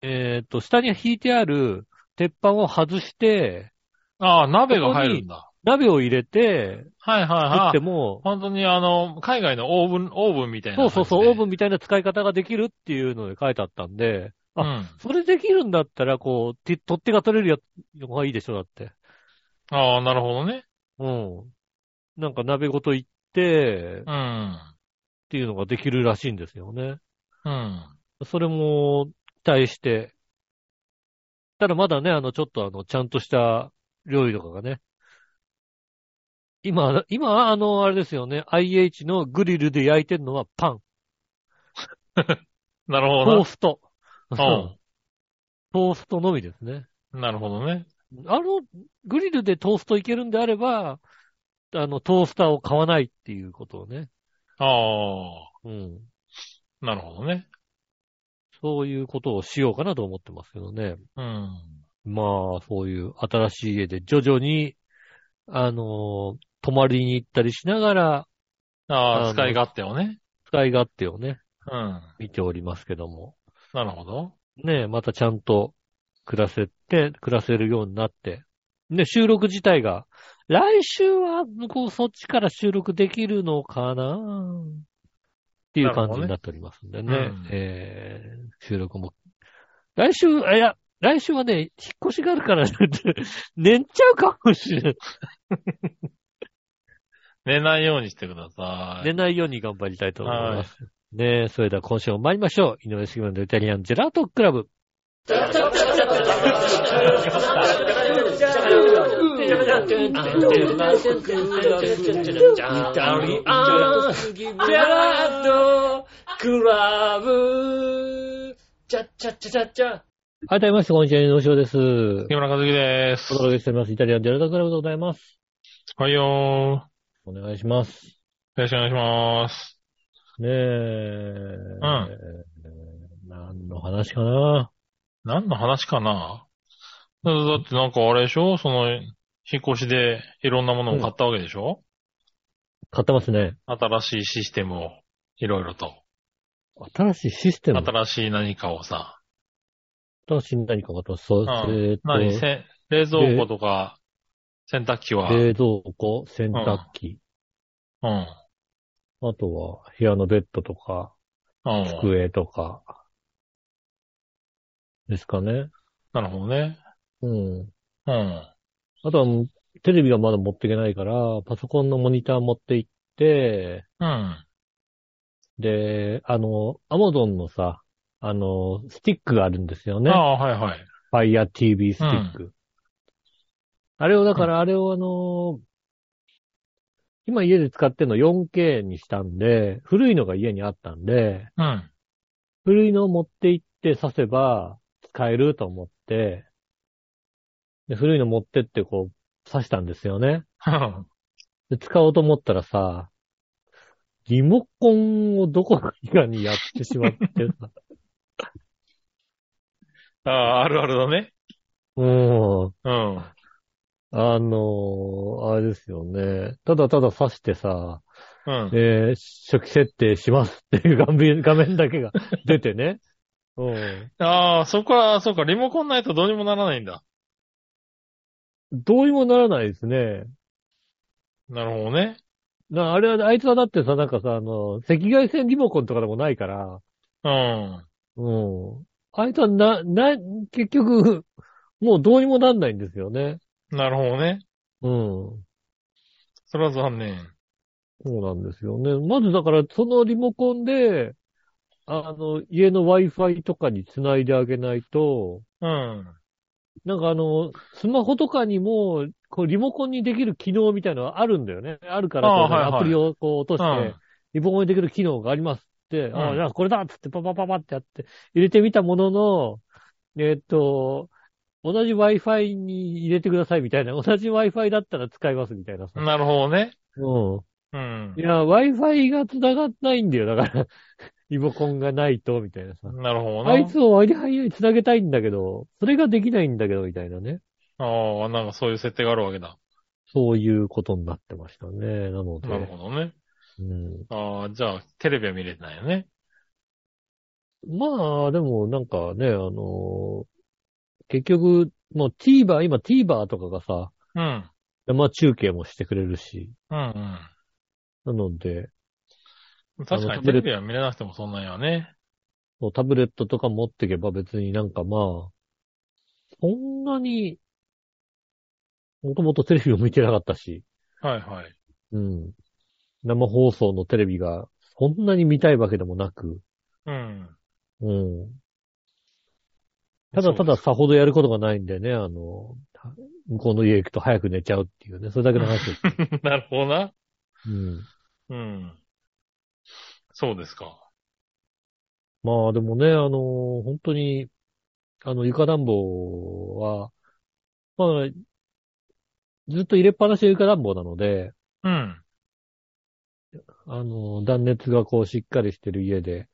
えっ、と、下に引いてある鉄板を外して、ああ、鍋が入るんだ。鍋を入れて、はいはい作っはてい。も、本当にあの、海外のオーブン、オーブンみたいなそう感じで。そうそう、オーブン。ンみたいな使い方ができるっていうので書いてあったんで、あうん。それできるんだったら、こう、て取っ手が取れるやつの方がいいでしょ、だって。ああ、なるほどね。うん。なんか鍋ごと行って、っうん。ていうのができるらしいんですよね。うん。それも、期待して。ただまだね、あの、ちょっとあの、ちゃんとした料理とかがね。今、今、あの、あれですよね。IH のグリルで焼いてるのはパン。なるほトどースト。んトーストのみですね。な。なるほどね。あの、グリルでトーストいけるんであれば、あの、トースターを買わないっていうことをね。ああ、うん。なるほどね。そういうことをしようかなと思ってますけどね。うん。まあ、そういう新しい家で徐々に、あのー泊まりに行ったりしながら、あああ、の使い勝手をね。使い勝手をね、うん。見ておりますけども。なるほど。ねえ、またちゃんと暮らせて、暮らせるようになって。ね、収録自体が、来週は向こうそっちから収録できるのかなっていう感じになっておりますんでね。なるほどねうんえー収録も。来週、あいや、来週はね、引っ越しがあるから、 寝んちゃうかもしれない。寝ないようにしてください。寝ないように頑張りたいと思います。ねえ、それでは今週も参りましょう。井上杉村のイタリアンジェラートクラブ。はい、どうもみなさん、こんにちは、井上翔です。木村和樹ですお。届けしております。イタリアンジェラートクラブでございます。はいよー。よお願いします。ろしくお願いします。ねえ。何の話かな何の話かなだだってなんかあれでしょその、引っ越しでいろんなものを買ったわけでしょ、買ってますね。新しいシステムを、いろいろと。新しいシステム。新しい何かをさ。新しい何かが買ってます。そううんえーと何せ冷蔵庫とか、洗濯機は、うん。冷蔵庫、洗濯機、あとは部屋のベッドとか、うん。机とか、ですかね。なるほどね。うん。うん。あとはもう、テレビはまだ持っていけないから、パソコンのモニター持って行って、うん。で、あの、アマゾンのさ、あの、スティックがあるんですよねあ。あ、はいはい。 Fire TV スティック。あれを、だからあれをあのー今家で使ってるの 4K にしたんで、古いのが家にあったんで、うん。 古いのを持って行って挿せば使えると思って、で古いの持ってってこう挿したんですよね。で使おうと思ったらさ、リモコンをどこかにやってしまってさ、ああ、あるあるだね。うん。うん。あのーあれですよね。ただただ刺してさ、うん。えー初期設定しますっていう 画面画面だけが出てね。うん。ああ、そこは、そうか、リモコンないとどうにもならないんだ。どうにもならないですね。なるほどね。なあれは、あいつはだってさ、なんかさ、あの、赤外線リモコンとかでもないから、うん。うん。あいつはな、な、結局、もうどうにもなんないんですよね。なるほどね。うん。それは残念。そうなんですよね。まずだから、そのリモコンで、あの、家の Wi-Fi とかにつないであげないと、うん。なんかあの、スマホとかにも、こう、リモコンにできる機能みたいなのがあるんだよね。あるから、ああこうはいはいアプリをこう落とうして、ん。リモコンにできる機能がありますって、あうあ、んじゃあこれだっつってパパパパってやって、入れてみたものの、えーっと、同じ Wi-Fi に入れてくださいみたいな、同じ Wi-Fi だったら使いますみたいなさ。なるほどね。うん。うんい。や、Wi-Fi が繋がってないんだよ。だから、 リモコンがないと、みたいなさ。なるほどあいね。つを Wi-Fi に繋げたいんだけど、それができないんだけど、みたいなね。ああ、なんかそういう設定があるわけだ。そういうことになってましたね。なので。なるほどね。うん、ああ、じゃあ、テレビは見れてないよね。まあ、でもなんかね、あのー結局、もう TVer、今 TVer とかがさ、うん。生中継もしてくれるし、うんなので、うん。確かあのにテレビは見れなくてもそんなんやね。そうタブレットとか持ってけば別になんかまあ、そんなに、もともとテレビを見てなかったし、はいはい。うん。生放送のテレビがそんなに見たいわけでもなく、うん。うん。ただたださほどやることがないんでね、あの、向こうの家行くと早く寝ちゃうっていうね、それだけの話です。 そうです。なるほどな。うん。うん。そうですか。まあでもね、あの、本当に、あの、床暖房は、まあ、ずっと入れっぱなしの床暖房なので、うん。あの、断熱がこうしっかりしてる家で、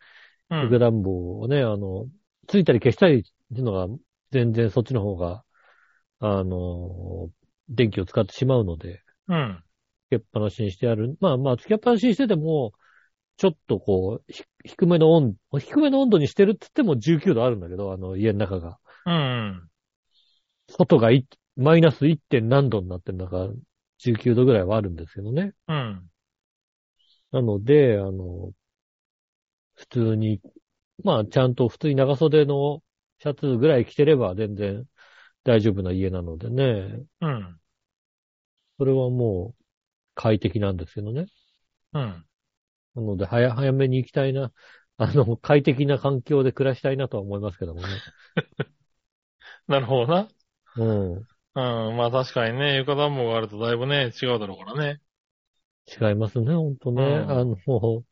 う床ん。暖房をね、あの、ついたり消したりっていうのが、全然そっちの方が、あの、電気を使ってしまうので、うん。つけっぱなしにしてある。まあまあ、つけっぱなしにしてても、ちょっとこう、ひ低めの温度、低めの温度にしてるって言っても19度あるんだけど、あの、家の中が。うん。外がいマイナス 1. 点何度になってるのか、19度ぐらいはあるんですけどね。うん。なので、あの、普通に、まあ、ちゃんと普通に長袖のシャツぐらい着てれば全然大丈夫な家なのでね。うん。それはもう快適なんですけどね。うん。なので、早、早めに行きたいな。 あの、快適な環境で暮らしたいなとは思いますけどもね。なるほどな。うん。うん。まあ確かにね、床暖房があるとだいぶね、違うだろうからね。違いますね、ほんとね。うんあの、こ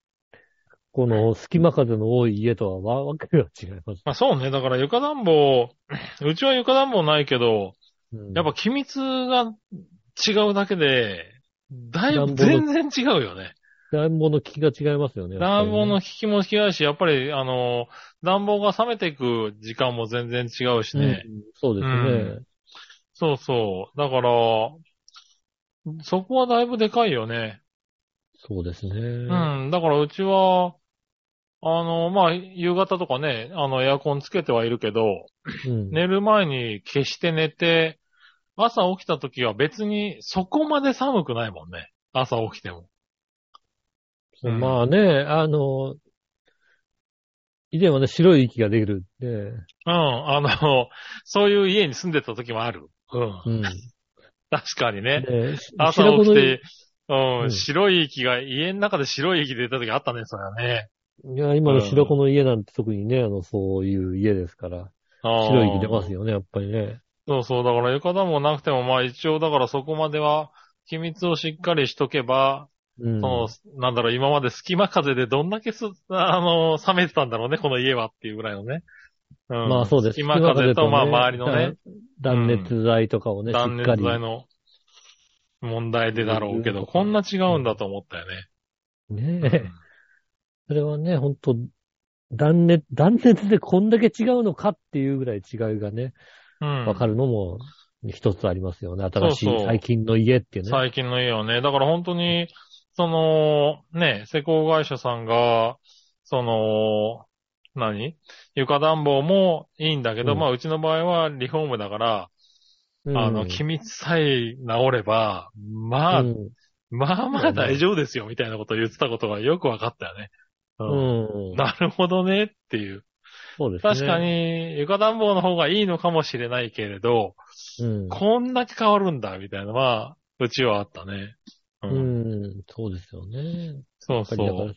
の隙間風の多い家とはわわけが違います。まあそうね。だから床暖房、 うちは床暖房ないけど、うんやっぱ気密が違うだけで、だい暖房ぶ全の然違うよね。暖房の効きが違いますよね。やっぱり暖ね房の効きも違うし、やっぱり、あの、暖房が冷めていく時間も全然違うしね。うんそうですね。そうそう。だから、そこはだいぶでかいよね。そうですね。うん。だからうちは、あの、まあ、夕方とかね、あの、エアコンつけてはいるけど、うん寝る前に消して寝て、朝起きた時は別にそこまで寒くないもんね。朝起きても。うんまあね、あの、以前はね、白い息ができるんで、うん。あの、そういう家に住んでた時もある。うん。うん。確かにね。で朝白子起きのて、う、うんん白い息が、家の中で白い息出た時あったね、それはね。いや、今の白子の家なんて特にね、あの、そういう家ですから、白い息出ますよ。よね、やっぱりね。そうそう、だから床暖もなくても、まあ一応だからそこまでは、秘密をしっかりしとけば、うん。その、なんだろう、今まで隙間風でどんだけす、 あの、冷めてたんだろうね、この家はっていうぐらいのね。うんまあそうです。隙間風と、ねまあ周りのね、。だ断熱材とかをね、し断っ熱かり。材の問題でだろうけうど、んこんな違うんだと思ったよねえね。 それはね、ほんと、断熱、断熱でこんだけ違うのかっていうぐらい違いがね、う ん。わかるのも一つありますよね。新しいそうそう最近の家っていうね。最近の家はね、だから本当に、その、ね、施工会社さんが、その、何床暖房もいいんだけど、うんまあうちの場合はリフォームだから、うんあの、機密さえ治れば、まあ、うんまあまあ大丈夫ですよ、みたいなことを言ってたことがよくわかったよね。うんうん。なるほどね、っていう。そうですね。確かに、床暖房の方がいいのかもしれないけれど、うん。こんだけ変わるんだ、みたいなのは、うちはあったね。うう。ん。そうですよね。そうやっぱそりだかうら。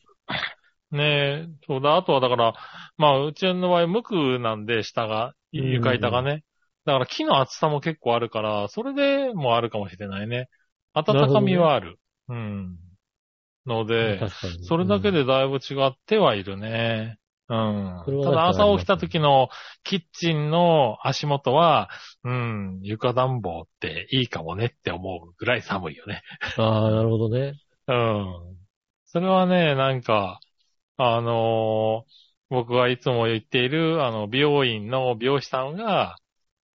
ねえ、そうだ。あとはだから、まあ、うちの場合、無垢なんで、下が、うん床板がね。だから木の厚さも結構あるから、それでもあるかもしれないね。どね温かみはある。うん。ので、確かにそれだけでだいぶ違ってはいるね。うん。それはた確だか朝に起きた時のキッチンの足元は、うん、床暖房っていいかもねって思うぐらい寒いよね。うんああ、なるほどね。うん。それはね、なんか、あのー僕がいつも言っている、あの、美容院の美容師さんが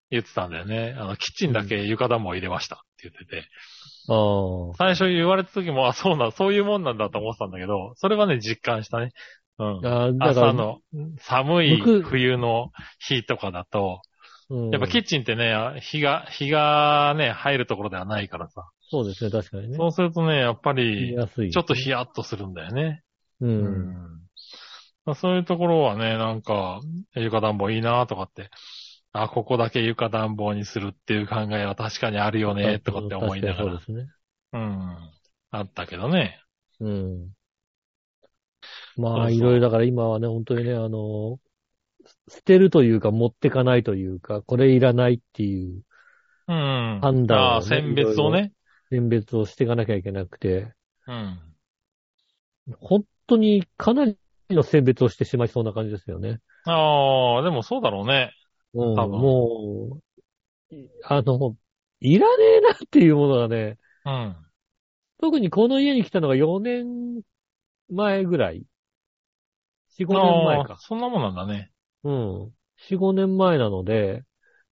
言ってたんだよね。あの、キッチンだけ床暖房入れましたって言ってて。ああ。最初言われた時も、あ、そうなん、そういうもんなんだと思ってたんだけど、それはね、実感したね。うん。ああ、だから朝、の寒い僕冬の日とかだと、うんやっぱキッチンってね、日が、日がね、入るところではないからさ。そうですね、確かにね。そうするとね、やっぱ見り、やすい。ちょっとヒヤッとするんだよね。う。うんんまあそういうところはね、なんか、床暖房いいなとかって、あ、ここだけ床暖房にするっていう考えは確かにあるよね、とかって思いな確がかにら。そうですね。うん。あったけどね。うん。まそうそあ、ういろいろだから今はね、本当にね、あの、捨てるというか持ってかないというか、これいらないっていううん。判断をねああ、選別をね。選別をしていかなきゃいけなくて、うん。本当にかなりの選別をしてしまいそうな感じですよね。ああ、でもそうだろうね。うん、多分もう、いあの、いらねえなっていうものがね、うん。特にこの家に来たのが4年前ぐらい。4、5年前ああか。そんなもんなんだね。うん。4、5年前なので、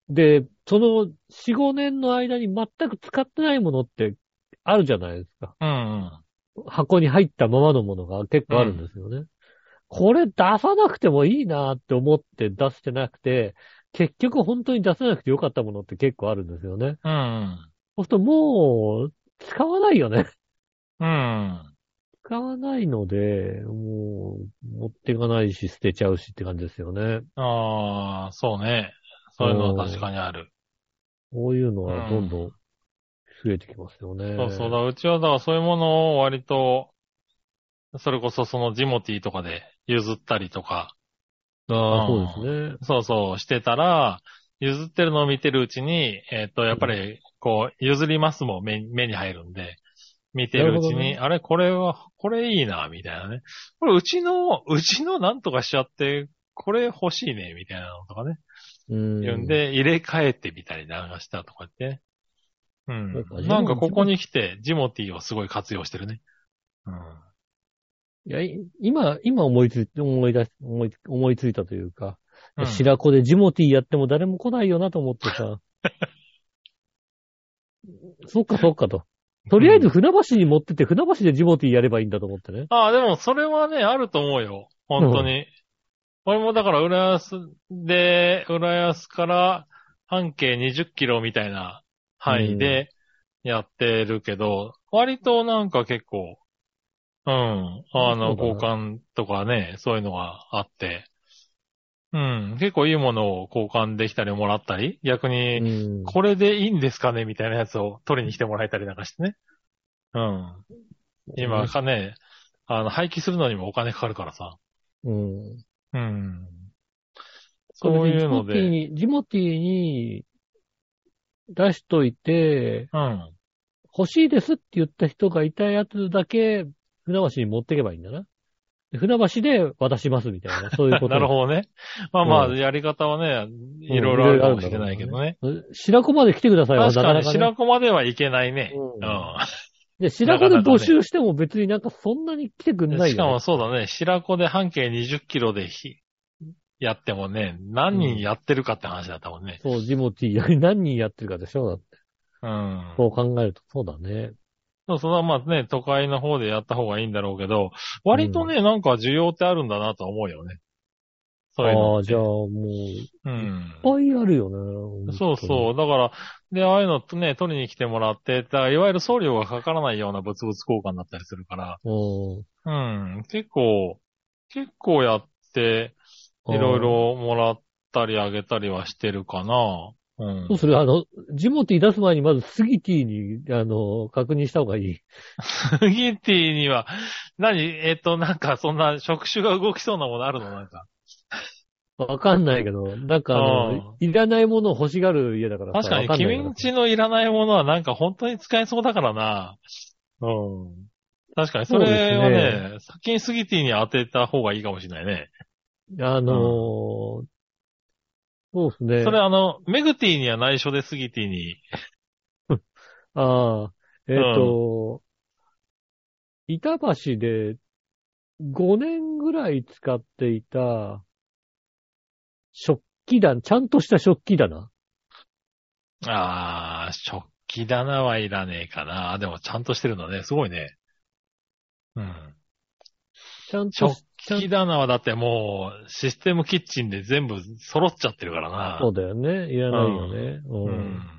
で、その4、5年の間に全く使ってないものってあるじゃないですか。うん、うん。箱に入ったままのものが結構あるんですよね。これ出さなくてもいいなって思って出してなくて、結局本当に出さなくてよかったものって結構あるんですよね。うん。そうするともう、使わないよね。うん。使わないので、もう、持っていかないし、捨てちゃうしって感じですよね。ああ、そうね。そういうのは確かにある。こういうのはどんどん増えてきますよね。そうそうだ。うちはだからそういうものを割と、それこそそのジモティーとかで譲ったりとか、ああ、うんそうですね。そうそうしてたら、譲ってるのを見てるうちに、えっ、と、やっぱり、こう、譲りますも目目に入るんで、見てるうなるちほどに、ねあれ、これは、これいいな、みたいなね。これ、うちの、うちのなんとかしちゃって、これ欲しいね、みたいなのとかね。うん。言うんで、入れ替えてみたり流したとかってね。うそうかん。なんかここに来て、ジモティーをすごい活用してるね。うん。いや、い今、今思いつい、思い出し、思い、思いついたというか、うん白子でジモティーやっても誰も来ないよなと思ってさ、 そっかそっかと。とりあえず船橋に持ってって船橋でジモティーやればいいんだと思ってね。ああ、でもそれはね、あると思うよ。本当に。俺もだから、浦安で、浦安から半径20キロみたいな範囲でやってるけど、割となんか結構、うん、あの、そう交だ換とかね、そういうのがあって、うん、結構いいものを交換できたりもらったり、逆に、うんこれでいいんですかねみたいなやつを取りに来てもらえたりなんかしてね。うん。今かね、あの、廃棄するのにもお金かかるからさ。うん。うん。そういうのこれジモティーで、に、ジモティーに出しといて、うん。欲しいですって言った人がいたやつだけ、船橋に持ってけばいいんだな。で船橋で渡しますみたい な、そういうこと。なるほどね。まあまあ、うんやり方はね、いろいろあるかもしれないけどね。白子まで来てくださいは確なかかなにか、ね。白子まではいけないね。うんうで白子で募集しても別になんかそんなに来てくんん。ないしかよ、もね。そうだね、白子で半径20キロでひやってもね、何人やってるかって話だったもんね。そう、ジモティー何人やってるかでしょだってうん。そう考えると、そうだね。そう、それはまあね、都会の方でやった方がいいんだろうけど、割とね、なんか需要ってあるんだなとは思うよね。そういうの。ああ、じゃあもう、いっうん。ぱいあるよね。そうそう。だから、で、ああいうのとね、取りに来てもらって、だからいわゆる送料がかからないような物々交換だったりするから、う。うん。結構、結構やって、うん。いろいろもらったりあげたりはしてるかな。うんどう。するあの、ジモティー出す前にまずスギティーに、あの、確認した方がいい。スギティには、何えっと、なんかそんな触手が動きそうなものあるのなんか。わかんないけど、なんかあああの、いらないものを欲しがる家だから確さかわに、んない君んちのいらないものはなんか本当に使えそうだからな。うん。確かに、それはそうね、先にスギティに当てた方がいいかもしれないね。あのーそうですね。それあの、メグティには内緒でスギティに。ああ、えっ、と、板橋で5年ぐらい使っていた食器棚、ちゃんとした食器棚。あー、食器棚はいらねえかな。でもちゃんとしてるのね。すごいね。うん。ちゃんと食器棚はだってもう、システムキッチンで全部揃っちゃってるからな。そうだよね。いらないよね。ううんん。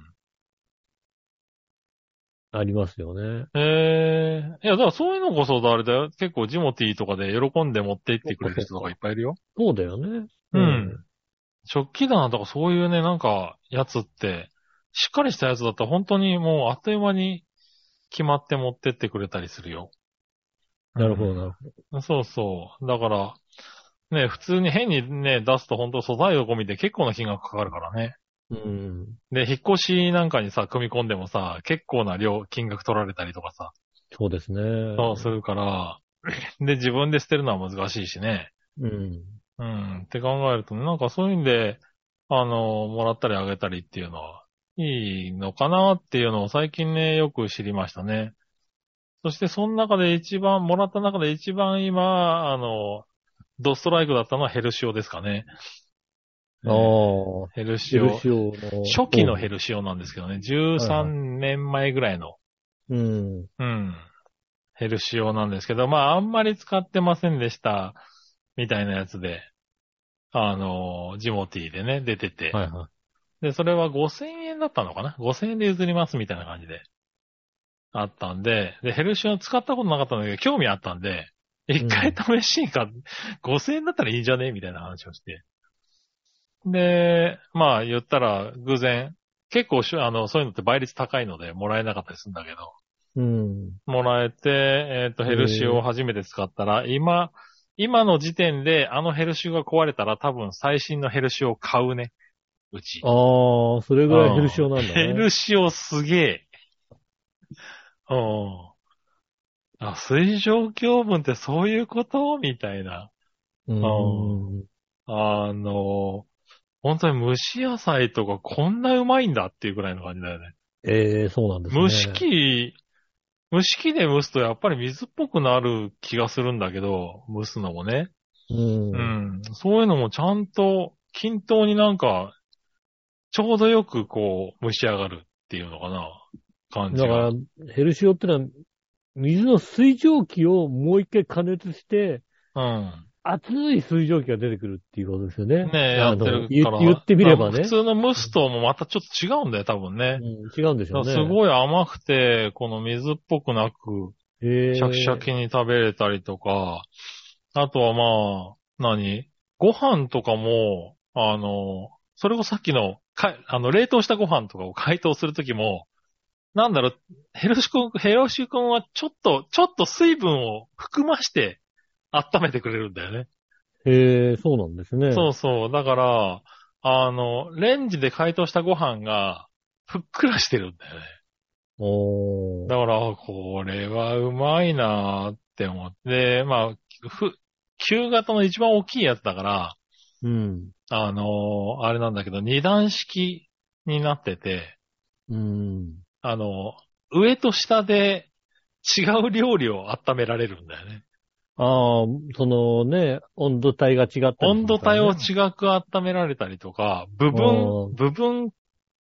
ありますよね。ええいや、だからそういうのこそあれだよ。結構ジモティーとかで喜んで持って行ってくれる人とかいっぱいいるよ。そうだよね。うん。食器棚とかそういうね、なんか、やつって、しっかりしたやつだったら本当にもうあっという間に決まって持ってってくれたりするよ。なるほど、なるほど。そうそう。だから、ね、普通に変にね、出すと本当素材のゴミで結構な金額かかるからね。ど。うん。で、引っ越しなんかにさ、組み込んでもさ、結構な量、金額取られたりとかさ、そうですね。そうするから、で、自分で捨てるのは難しいしね。うん。うん、って考えるとね、なんかそういうんで、あの、もらったりあげたりっていうのは、いいのかなっていうのを最近ね、よく知りましたね。そして、その中で一番、もらった中で一番今、あの、ドストライクだったのはヘルシオですかね。ああ、ヘルシヘルオ。シオの。初期のヘルシオなんですけどね、13年前ぐらいの、うん。うん、ヘルシオなんですけど、まあ、あんまり使ってませんでした、みたいなやつで、あの、ジモティーでね、出てて、はいはで、それは5000円だったのかな ?5000 円で譲りますみたいな感じで。あったんで、で、ヘルシオ使ったことなかったんだけど、興味あったんで、一回試しにか、5000円だったらいいんじゃねみたいな話をして。で、まあ言ったら、偶然、結構しゅ、あの、そういうのって倍率高いので、もらえなかったりするんだけど、い。うん。もらえて、えっ、と、ヘルシオを初めて使ったら、今、今の時点で、あのヘルシオが壊れたら、多分最新のヘルシオを買うね。うち。ああ、それぐらいヘルシオなんだね。ヘルシオすげえ。うん。あ、水上教文ってそういうことみたいな。うん。あの、本当に蒸し野菜とかこんなうまいんだっていうぐらいの感じだよね。ええそうなんですね。蒸し器、蒸し器で蒸すとやっぱり水っぽくなる気がするんだけど、蒸すのもね。うん。うん。そういうのもちゃんと均等になんか、ちょうどよくこう蒸し上がるっていうのかな。感じだが。から、ヘルシオってのは、水の水蒸気をもう一回加熱して、うん。熱い水蒸気が出てくるっていうことですよね。ねえ、やあってのる言から。言ってみればね普。通の蒸すともまたちょっと違うんだよ、多分ねう。ん、違うんでしょだうかね。らすごい甘くて、この水っぽくなく、へえシャキシャキに食べれたりとか、あとはまあ、何ご飯とかも、あの、それこそさっきの、かあの、冷凍したご飯とかを 解凍するときも、なんだろう、ヘルシコン、ヘルシコンはちょっと、ちょっと水分を含まして温めてくれるんだよね。へえそうなんですね。そうそう。だから、あの、レンジで解凍したご飯が、ふっくらしてるんだよね。おーだから、あこれはうまいなーって思って、まあ、ふ、旧型の一番大きいやつだから、うん。あのーあれなんだけど、二段式になってて、うん。あの上と下で違う料理を温められるんだよね。ああ、そのね、温度帯が違ったりするからね、温度帯を違く温められたりとか、部お分、ー部分、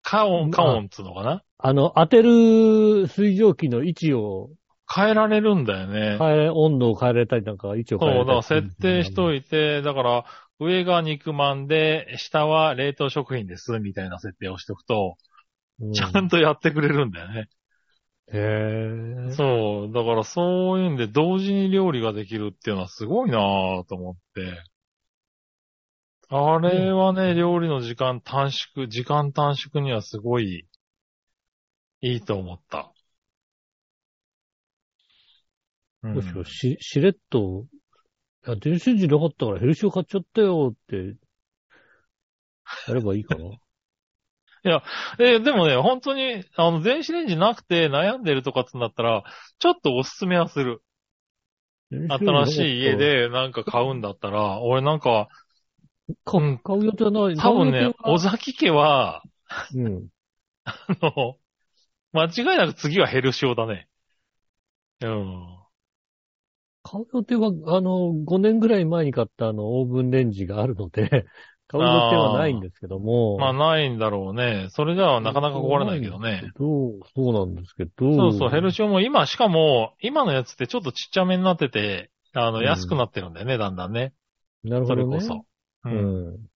加温、加温っつうのかなあの、当てる水蒸気の位置を変えられるんだよね。変え、温度を変えれたりなんか、位置をそ変えう、れただからりする設んですね。定しといて、だから、上が肉まんで、下は冷凍食品です、みたいな設定をしておくと、うんちゃんとやってくれるんだよね。へえ。そう、だからそういうんで、同時に料理ができるっていうのはすごいなぁと思って。あれはね、料理の時間短縮、時間短縮にはすごい、いいと思った。うむしろし、しれっと、いや、電子レンジなかったからヘルシオ買っちゃったよって、やればいいかな。えーでもね、本当に、あの、電子レンジなくて悩んでるとかってんだったら、ちょっとおすすめはする。 新しい家。でなんか買うんだったら、俺なんか、買うんう買う予定はない。多分ね、買う尾予崎家は、定はうん。あの、間違いなく次はヘルシオだね。うん。買う予定は、あの、5年ぐらい前に買ったあの、オーブンレンジがあるので、 買う予定はないんですけども。まあ、ないんだろうね。それじゃあなかなか壊れないけどね。そう、そうなんですけど。そうそう、ヘルシオも今、しかも、今のやつってちょっとちっちゃめになってて、あうの、ん安くなってるんだよね、だんだんね。なるそほれど、こね。そ。うう。んん。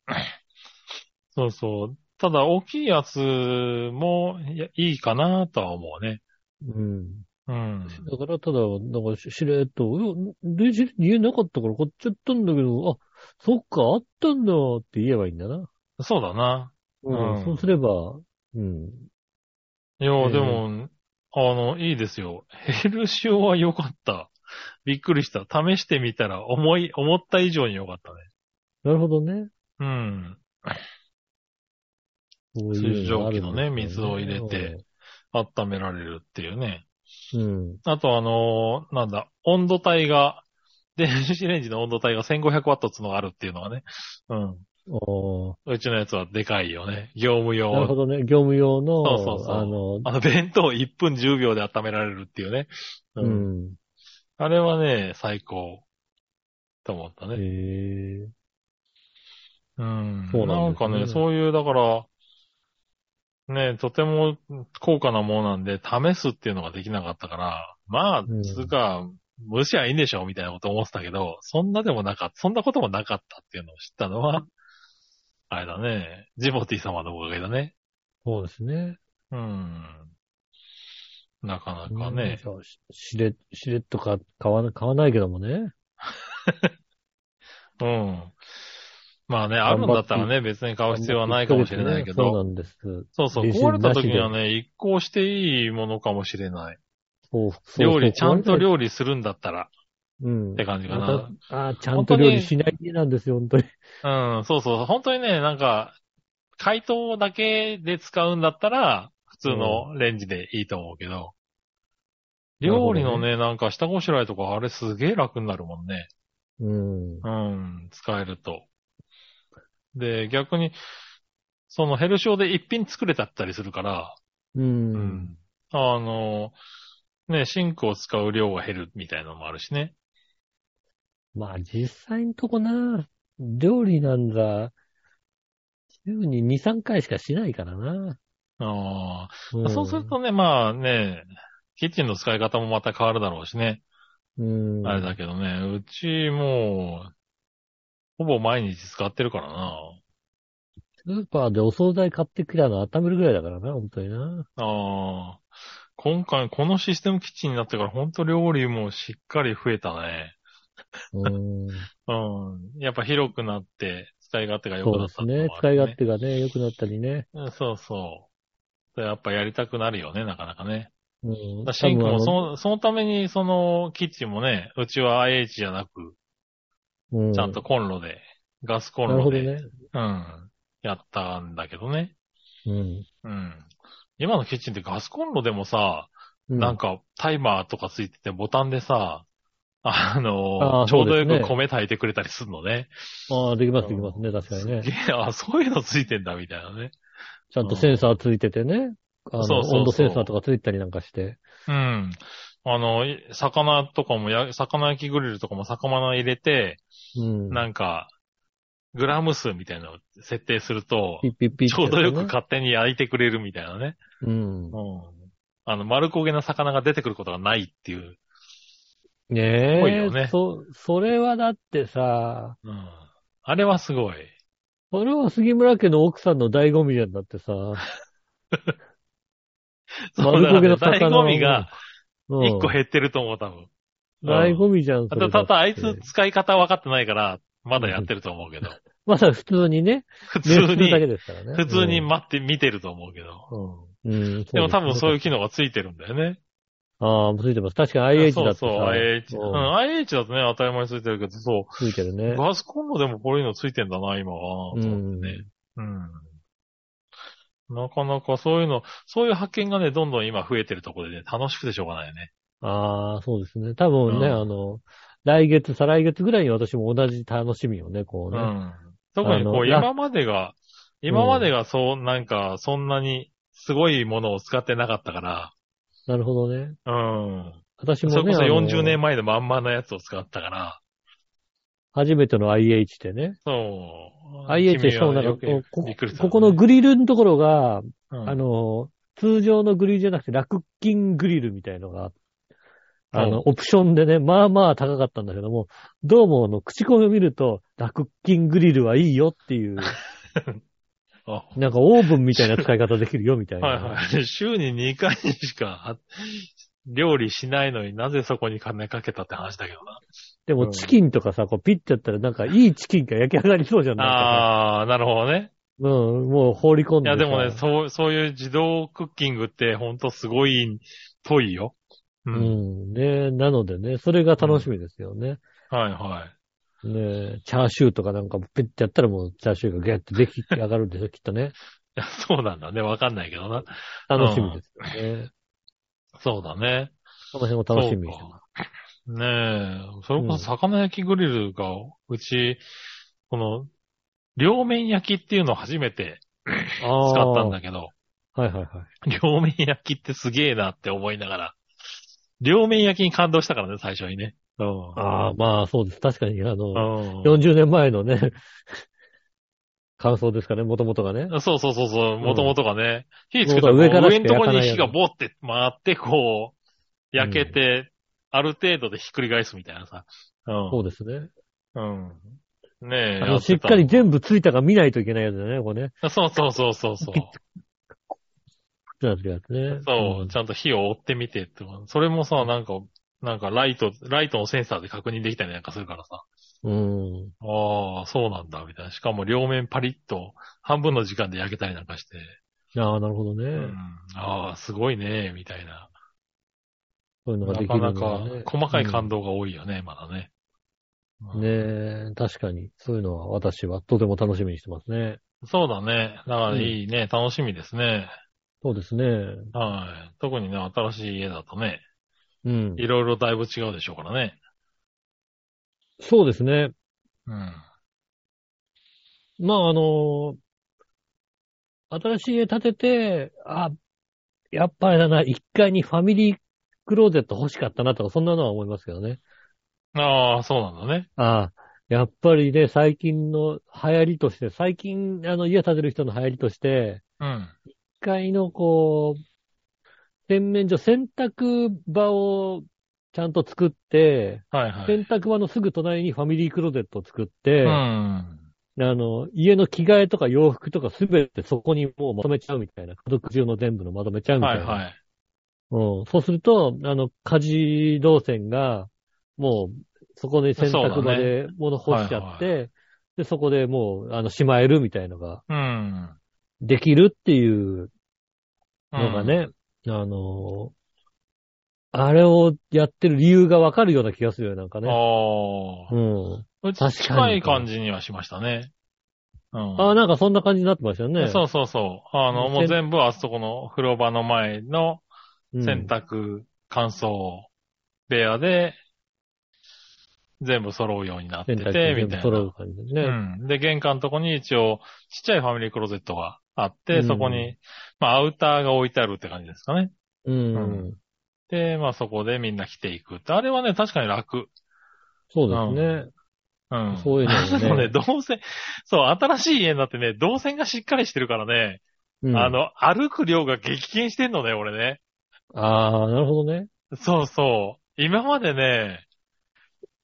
そうそう。ただ、大きいやつもいやいいかなとは思うね。うん。うん。だから、ただ、なんかし、しれっと、うわで、し家なかったからこっちやったんだけど、あ、そっか、あったんだって言えばいいんだな。そうだな。うんそうすれば、うん。いや、ええでも、あの、いいですよ。ヘルシオは良かった。びっくりした。試してみたら、思い、思った以上に良かったね。なるほどね。うん。そう水いうが蒸ある気んだのよね、水を入れて。、温められるっていうね。うん。あとあのーなんだ、温度帯が、 電子レンジの温度帯が1500ワットつのがあるっていうのはね。うん。おーうちのやつはでかいよね。業務用。なるほどね。業務用の、そうそうそうあの、あの、弁当1分10秒で温められるっていうね。う。うんん。あれはね、最高。と思ったへね。え。うん。そうななんんですねかね、そういう、だから、ね、とても高価なものなんで、試すっていうのができなかったから、まあ、んつうか、無視はいいんでしょみたいなこと思ってたけど、そんなでもなかった、そんなこともなかったっていうのを知ったのは、 あれだね、ジモティ様のおかげだね。そうですね。うん。なかなかね。うん。ししれ、しれっとか、買わな、買わないけどもね。うん。まあね、あるんだったらね、別に買う必要はないかもしれないけそうど、なんです。そうそう、レジなし壊でれた時にはね、一向していいものかもしれない。そうそう料理、ちゃんと理、料理するんだったら。うん。って感じかなまた。ああ、ちゃんと料理しない家なんですよ、本当に。うん、そうそう。本当にね、なんか、解凍だけで使うんだったら、普通のレンジでいいと思うけど、なるほ料ど理ねのね、なんか下ごしらえとか、あれすげえ楽になるもんね。うん。うん、使えると。で、逆に、そのヘルシオで一品作れたったりするから、う。。うんあの、ね、シンクを使う量が減るみたいなのもあるしね。まあ、実際のとこな、料理なんざ、週に2、3回しかしないからな。ああ、んそうする、とね、まあね、キッチンの使い方もまた変わるだろうしね。うん。あれだけどね、うちもう、ほぼ毎日使ってるからな。スーパーでお惣菜買ってくりゃの温めるぐらいだからな、本当にな。ああ、今回このシステムキッチンになってからほんと料理もしっかり増えたね。 うん。うん。やっぱ広くなって使い勝手が良そくうでなったすってのねも。あ使るいよ勝手がね、良くなったりね。うんそうそう。やっぱやりたくなるよね、なかなかね。うん。シンク多分あものその、そのためにそのキッチンもね、うちは IH じゃなく、うちゃんと。コンロで、ガスコンなるロほどで、ね。うん、やったんだけどね。うん。うん。今のキッチンってガスコンロでもさ、うんなんかタイマーとかついててボタンでさ、あのあーちょうどよそうでくすね米炊いてくれたりするのね。ああ、できます、できますね、確かにねす。げえ、あ、そういうのついてんだ、みたいなね。ちゃんとセンサーついててね。あのそうそうそう温度センサーとかついたりなんかして。うん。あの、い魚とかもや、魚焼きグリルとかも魚入れて、うん。なんか、グラム数みたいなのを設定するとピ、ッピッピッちょうどよくか。勝手に焼いてくれるみたいなね。うん。うん。あの、丸焦げな魚が出てくることがないっていう。ねすごいえ。よねそ、それはだってさ、うん。あれはすごい。それは杉村家の奥さんの醍醐味じゃんだってさ。そうだ 丸焦げのからね魚醍醐味がうん一個減ってると思う、多分。醍醐味じゃん、そたれだだ、ってただ、あいつ使い方分かってないから、まだやってると思うけど。まだ普通に ね、普練通習だけに、ですからね。普通に待って見てると思うけど。うん。うん。。でも多分そういうう機能がついてるんだよね。ああ、ついてます。確かに IH だそってさ。うそう、IH。ううんん、IH だとね、当たり前についてるけど、そついてるう。ね。ガスコンロでもこういうのついてんだな、今は。と思ってねうん。なかなかそういうの、そういう発見がね、どんどん今増えてるところでね、楽しくてしょうがないよね。ああ、そうですね。多分ね、うんあの、来月、再来月ぐらいに私も同じ楽しみをね、こうね。うん。特にこあのう、今までが、今までがそう、なんか、そんなにすごいものを使ってなかったから、なるほどね。うん。私もね、それこそあの40年前のまんまのやつを使ったから、初めての IH でね。そう。 IH でし君かもはなねんよかくこう、こびっくりしたここのグリルのところが、うんあの、通常のグリルじゃなくて、ラクッキングリルみたいのが、あの、オプションでね、まあまあ高かったんだけども、 どうも、あの、口コミを見ると、ラクッキングリルはいいよっていう、あなんかオーブンみたいな使い方できるよ、みたいな。はいはい。週に2回にしかあ料理しないのになぜそこに金かけたって話だけ どな。でもチキンとかさ、こうピッてやったらなんかいいチキンが焼き上がりそうじゃないああ、なるほどね。かさ。うん、もう放り込んいでやさ。でもね、そう、そういう自動クッキングってほんとすごい、ぽいよ。う。うんん。ねなのでね、それが楽しみですよね。はいはい。ねチャーシューとかなんかピッてやったらもうチャーシューがギャッてでき上がるんでしょ、きっとね。いやそうなんだね。わかんないけどな。楽しみですよね。そうだね。その辺を楽しみにしてそうまかねえ。それこそ魚焼きグリルが、うち、この、両面焼きっていうのを初めてす。使ああ。ったんだけど、はいはいはい。両面焼きってすげえなって思いながら、両面焼きに感動したからね、最初にね。うん。ああ、まあそうです。確かに、あの、うん。 40年前のね、 感想ですかね、もともとがね。そうそうそうそう、もともとがね、火つけそうだたら上からし上かのとこ焼かろなにいやつ火がボーって回って、こう、焼けて、ある程度でひっくり返すみたいなさ。うん。そうですね。うん。ねえ。あやの、てしたっかり全部ついたか見ないといけないやつだね、これね。 そうそうそうそうそう。 なんてやつね。そう、んちゃんと火を追ってみてってこと。それもさ、なんか、なんかライト、ライトのセンサーで確認できたりなんかするからさ。うん。ああ、そうなんだ、みたいな。しかも両面パリッと、半分の時間で焼けたりなんかして。ああ、なるほどね。うん。ああ、すごいね、みたいな。そういうのがでなきかるのながかね、細かい感動が多いよね、まだね。うんねえ、確かに。そういうのは私はとても楽しみにしてますね。そうだね。だからいいね、楽しみですね。そうですね。はい。特にね、新しい家だとね、うん。いろいろだいぶ違うでしょうからね。そうですね。うん。まあ、あの、新しい家建てて、あ、やっぱりだな、一階にファミリークローゼット欲しかったなとか、そんなのは思いますけどね。ああ、そうなんだね。ああ、やっぱりね、最近の流行りとして、最近、あの、家建てる人の流行りとして、うん。 1階のこう、洗面所、洗濯場をちゃんと作って、はいはい。洗濯場のすぐ隣にファミリークローゼットを作って、うあん。の、家の着替えとか洋服とかすべてそこにもうまとめちゃうみたいな、家族中の全部のまとめちゃうみたはいいな。はい。うん、そうすると、あの、家事動線が、もう、そこで洗濯場で物干しちゃって、はいで、そこでもう、あの、しまえるみたいのが、うん。できるっていううんのが。ね、あの、あれをやってる理由がわかるような気がするよ、なんかね。あうあ。ん。うかにち近い感じにはしましたね。うん。ああ、なんかそんな感じになってましたよね。そうそうそう。あの、もう全部あそこの風呂場の前のうん。洗濯乾燥部屋で、全部揃うようになって洗て、濯機全み部たい揃うな。感じでうね。ん。で、玄関のとこに一応、ちっちゃいファミリークローゼットがあっうて、んそこに、まあ、アウターが置いてあるって感じですかね。うん。うんで、まあ、そこでみんな着ていくって。あれはね、確かに楽。そうですね。うん。そういうのもね あのね、動線、そう、新しい家になってね、動線がしっかりしてるからね、うんあ、の、歩く量が激減してんのね、俺ね。ああ、なるほどね。そうそう。今までね、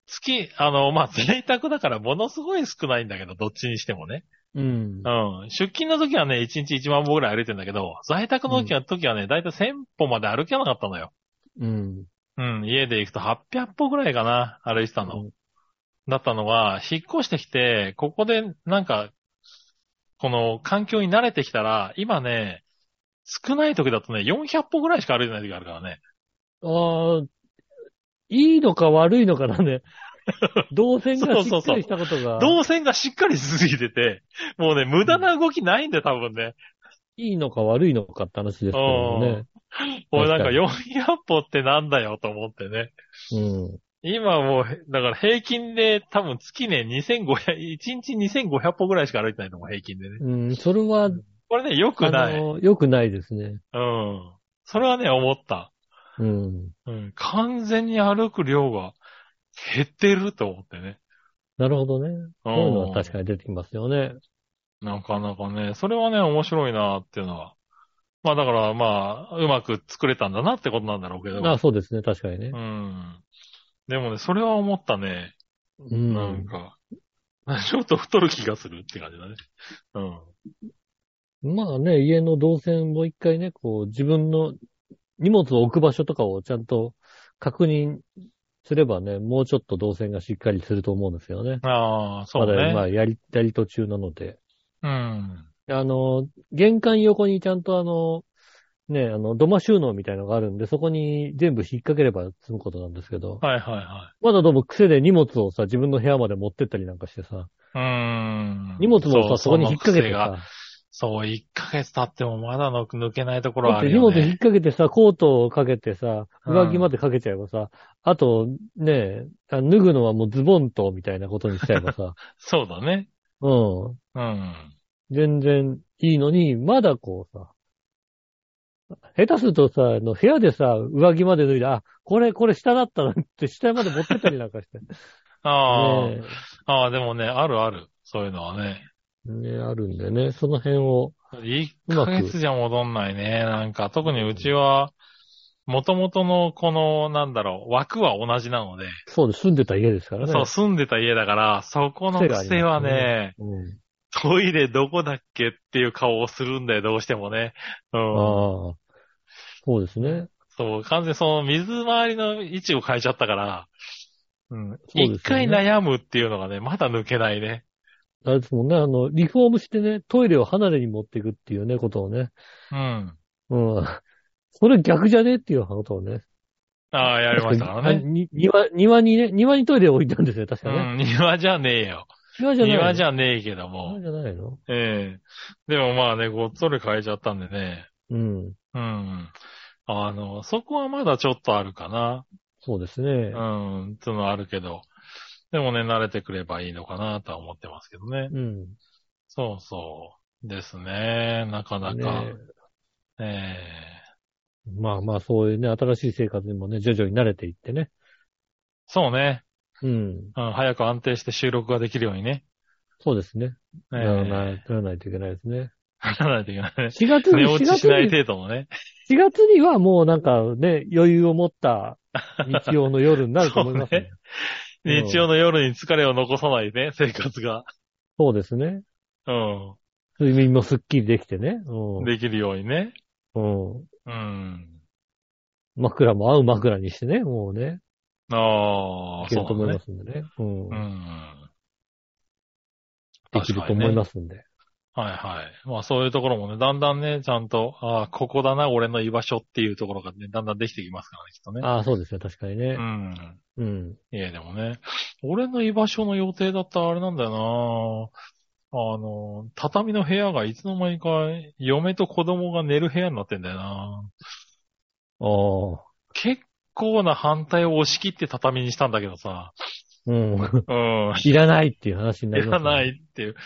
月、あの、まあ、贅沢だからものすごい少ないんだけど、どっちにしてもね。うんう。ん。出勤の時はね、1日1万歩ぐらい歩いてんだけど、在宅の時は,、時はね、だいたい1000歩まで歩けなかったのよ。うん。うん。家で行くと800歩ぐらいかな、歩いてたの。だったのは、引っ越してきて、ここでなんか、この環境に慣れてきたら、今ね、少ない時だとね、400歩ぐらいしか歩いてない時があるからね。ああ、いいのか悪いのかだ ね。動線がしそうっかそうそうりしたことが、動線がしっかりしすぎてて、もうね、無駄な動きないんだよ、多分ね。いいのか悪いのかって話ですけどもね。俺なんか400歩ってなんだよと思ってね。うん。今もう、だから平均で多分月ね、2500、1日2500歩ぐらいしか歩いてないと思う、平均でね。うん、それは、これね、良くあない。の、良くないですね。うん。それはね、思った。うん。うん、完全に歩く量が減ってると思ってね。なるほどね。うそういうのは確かに出てきますよね。なかなかね、それはね、面白いなっていうのは。まあだから、まあ、うまく作れたんだなってことなんだろうけど。ああそうですね、確かにねう。ん。でもね、それは思ったね。うなんん。か、ちょっと太る気がするって感じだね。うん。まあね、家の動線も一回ね、こう、自分の荷物を置く場所とかをちゃんと確認すればね、もうちょっと動線がしっかりすると思うんですよね。ああ、そうまだ、まね。あ、やり、やり途中なので。うん。あの、玄関横にちゃんとあの、ね、あの、土間収納みたいのがあるんで、そこに全部引っ掛ければ済むことなんですけど、はいはいはまだどうも癖で荷物をさ、自分の部屋まで持ってったりなんかしてさ、い。うん。荷物もさ、そこに引っ掛けの癖てがさ、そう、1ヶ月経ってもまだの抜けないところだはっあてる荷よ物引っね。掛けてさ、コートをかけてさ、うん上着までかけちゃえばさ、あと、ね、あ脱ぐのはもうズボンと、みたいなことにしちゃえば さ、そうだね。うん。うん。全然いいのに、まだこうさ、下手するとさ、あの部屋でさ、上着まで脱いで、あ、これ、これ下だったなって、下まで持ってったりなんかして。ね ああ、えああ、でもね、あるある。そういうのはね。ねあるんでね、その辺を。 1うまヶく月じゃ戻んないね。なんか、特にうちは、元々のこの、なんだろう、枠は同じなので、そうです、住んでた家ですからね。そう、住んでた家だから、そこの癖がありますね癖はね、うん。トイレどこだっけっていう顔をするんだよ、どうしてもね。うん。ああ。そうですね。そう、完全にその水回りの位置を変えちゃったから、うん。すよね一回悩むっていうのがね、まだ抜けないね。あれですもんね、あの、リフォームしてね、トイレを離れに持っていくっていうね、ことをね。うん。うん。 それ逆じゃねえっていうことをね。ああ、やりましたからね。に庭、庭にね、庭にトイレを置いたんですね、確うかね。ん、庭じゃねえよ。庭じゃない。庭じゃゃねえけども庭。じゃないのええでもまあね、ごっそり変えちゃったんでね。うん。うん。あの、そこはまだちょっとあるかな。そうですね。うん、つうのはあるけど。でもね、慣れてくればいいのかなとは思ってますけどね。うん。そうそう。ですね。なかなか。ねええまあまあ、そういうね、新しい生活にもね、徐々に慣れていってね。そうね、うん。うん。早く安定して収録ができるようにね。そうですね。ええならない、ならないといけないです ね。ならないといけないね。 4月に、寝落4ち月しないに、程度のね。 4月にはもうなんかね、余裕を持った日曜の夜になると思います ね。うん日曜の夜に疲れを残さないね、生活が。そうですね。う。睡眠もすっきりできてね。うんん。できるようにね。うん。うん。枕も合う枕にしてね、もうね、ああ、。いけると思いますすんでね。うん。うん。。できると思いますすんで。はいはい。まあそういうところもね、だんだんね、ちゃんと、ああ、ここだな、俺の居場所っていうところがね、だんだんできてきますからね、きっとね。ああ、そうですね、確かにねう。ん。うん。いや、でもね、俺の居場所の予定だったらあれなんだよなあの、畳の部屋がいつの間にか、嫁と子供が寝る部屋になってんだよなああ。結構な反対を押し切って畳にしたんだけどさ、うん。うん。いらないっていう話にないりまらす、ないっていう。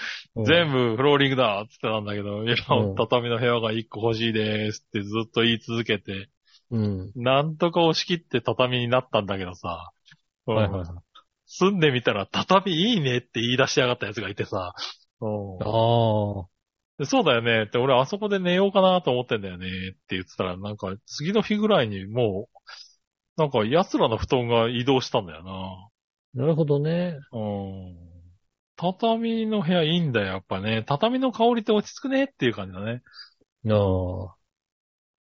全部フローリングだっつってたんだけど、いやうん、畳の部屋が1個欲しいですってずっと言い続けて、部。うん。なんとか押し切って畳になったんだけどさ、うんはいはいはい。住んでみたら畳いいねって言い出しやがったやつがいてさ、あうんあ。でそうだよねって、俺あそこで寝ようかなと思ってんだよねって言ってたら、なんか次の日ぐらいにもう、なんか奴らの布団が移動したんだよな。なるほどね。うん畳の部屋いいんだよ、やっぱね。畳の香りって落ち着くねっていう感じだね。あ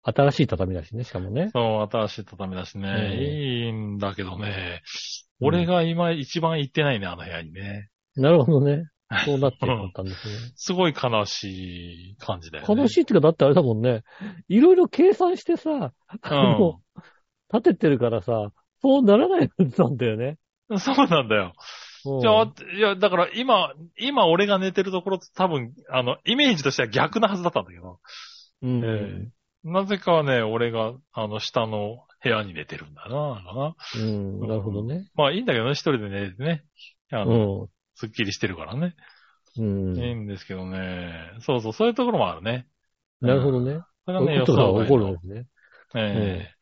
あ。新しい畳だしね、しかもね。そう、新しい畳だしね。うんいいんだけどね。うん俺が今一番行ってないね、あの部屋にね。なるほどね。そうなってしまったんですね。 すごい悲しい感じだよね。悲しいっていうか、だってあれだもんね。いろいろ計算してさ、あの、立ててるからさ、そうならないはずなんだよね。 うん。そうなんだよ。うんじゃあ、いや、だから今、今俺が寝てるところと多分、あの、イメージとしては逆なはずだったんだけど。うんえなぜかね、俺が、あの、下の部屋に寝てるんだな、なんかな。うん、なるほどね。まあいいんだけどね、一人で寝てね。あうの、ん。すっきりしてるからね。うん。いいんですけどね。そうそう、そういうところもあるね。なるほどね。それそがうね、いう予こと想が外起こるんので、すね。ええ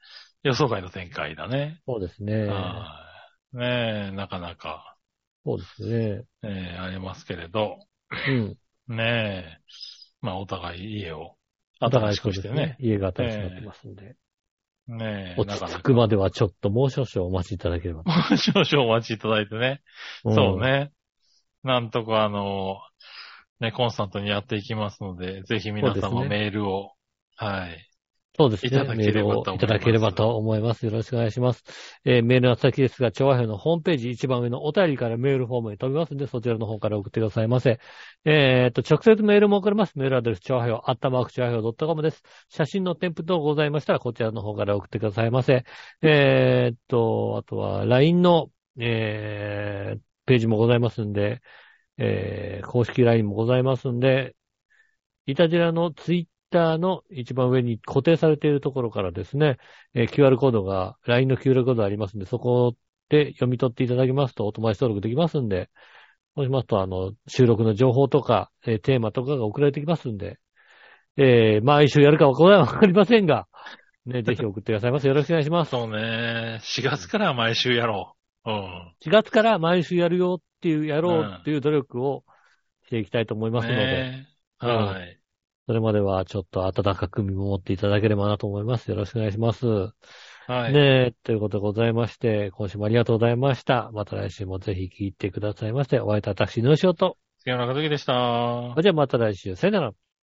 予想外の展開だね。そうですね。はいねえ、なかなか、そうですね。ええありますけれど、うん。ねえ、まあお互い家を新しくしてね。家が新しくなってますんで。ねえ、落ち着くまではちょっともう少々お待ちいただければ。なかなか少々お待ちいただいてね。そうね。なんとかあの、ね、コンスタントにやっていきますので、ぜひ皆そう様ですねメールを、はい。そうですね。いただければとメール思いますをいただければと思います。よろしくお願いします。えーメールの先ですが、調和表のホームページ一番上のお便りからメールフォームに飛びますので、そちらの方から送ってくださいませ。えーっと、直接メールも送れます。メールアドレス、調和表、あったまーく調和表 .com です。写真の添付等ございましたら、こちらの方から送ってくださいませ。えーっと、あとは、LINE の、えーページもございますんで、えー公式 LINE もございますんで、イタジラのツイッターの一番上に固定されているところからですね、えー QR コードが、LINE の QR コードがありますんで、そこで読み取っていただきますとお友達登録できますんで、そうしますと、あの、収録の情報とか、えーテーマとかが送られてきますんで、えー、毎週やるかわかりませんが、ね、 ぜひ送ってくださいませ。よろしくお願いします。そうね、4月からは毎週やろう。うん。 4月から毎週やるよっていう、やろうっていう努力をしていきたいと思いますので、ねうんはい。それまではちょっと温かく見守っていただければなと思います。よろしくお願いします。はい。ねえ、ということでございまして、今週もありがとうございました。また来週もぜひ聞いてくださいまして、お会いいたい私、のしおと。杉山和樹でした。それじゃあまた来週、さよなら。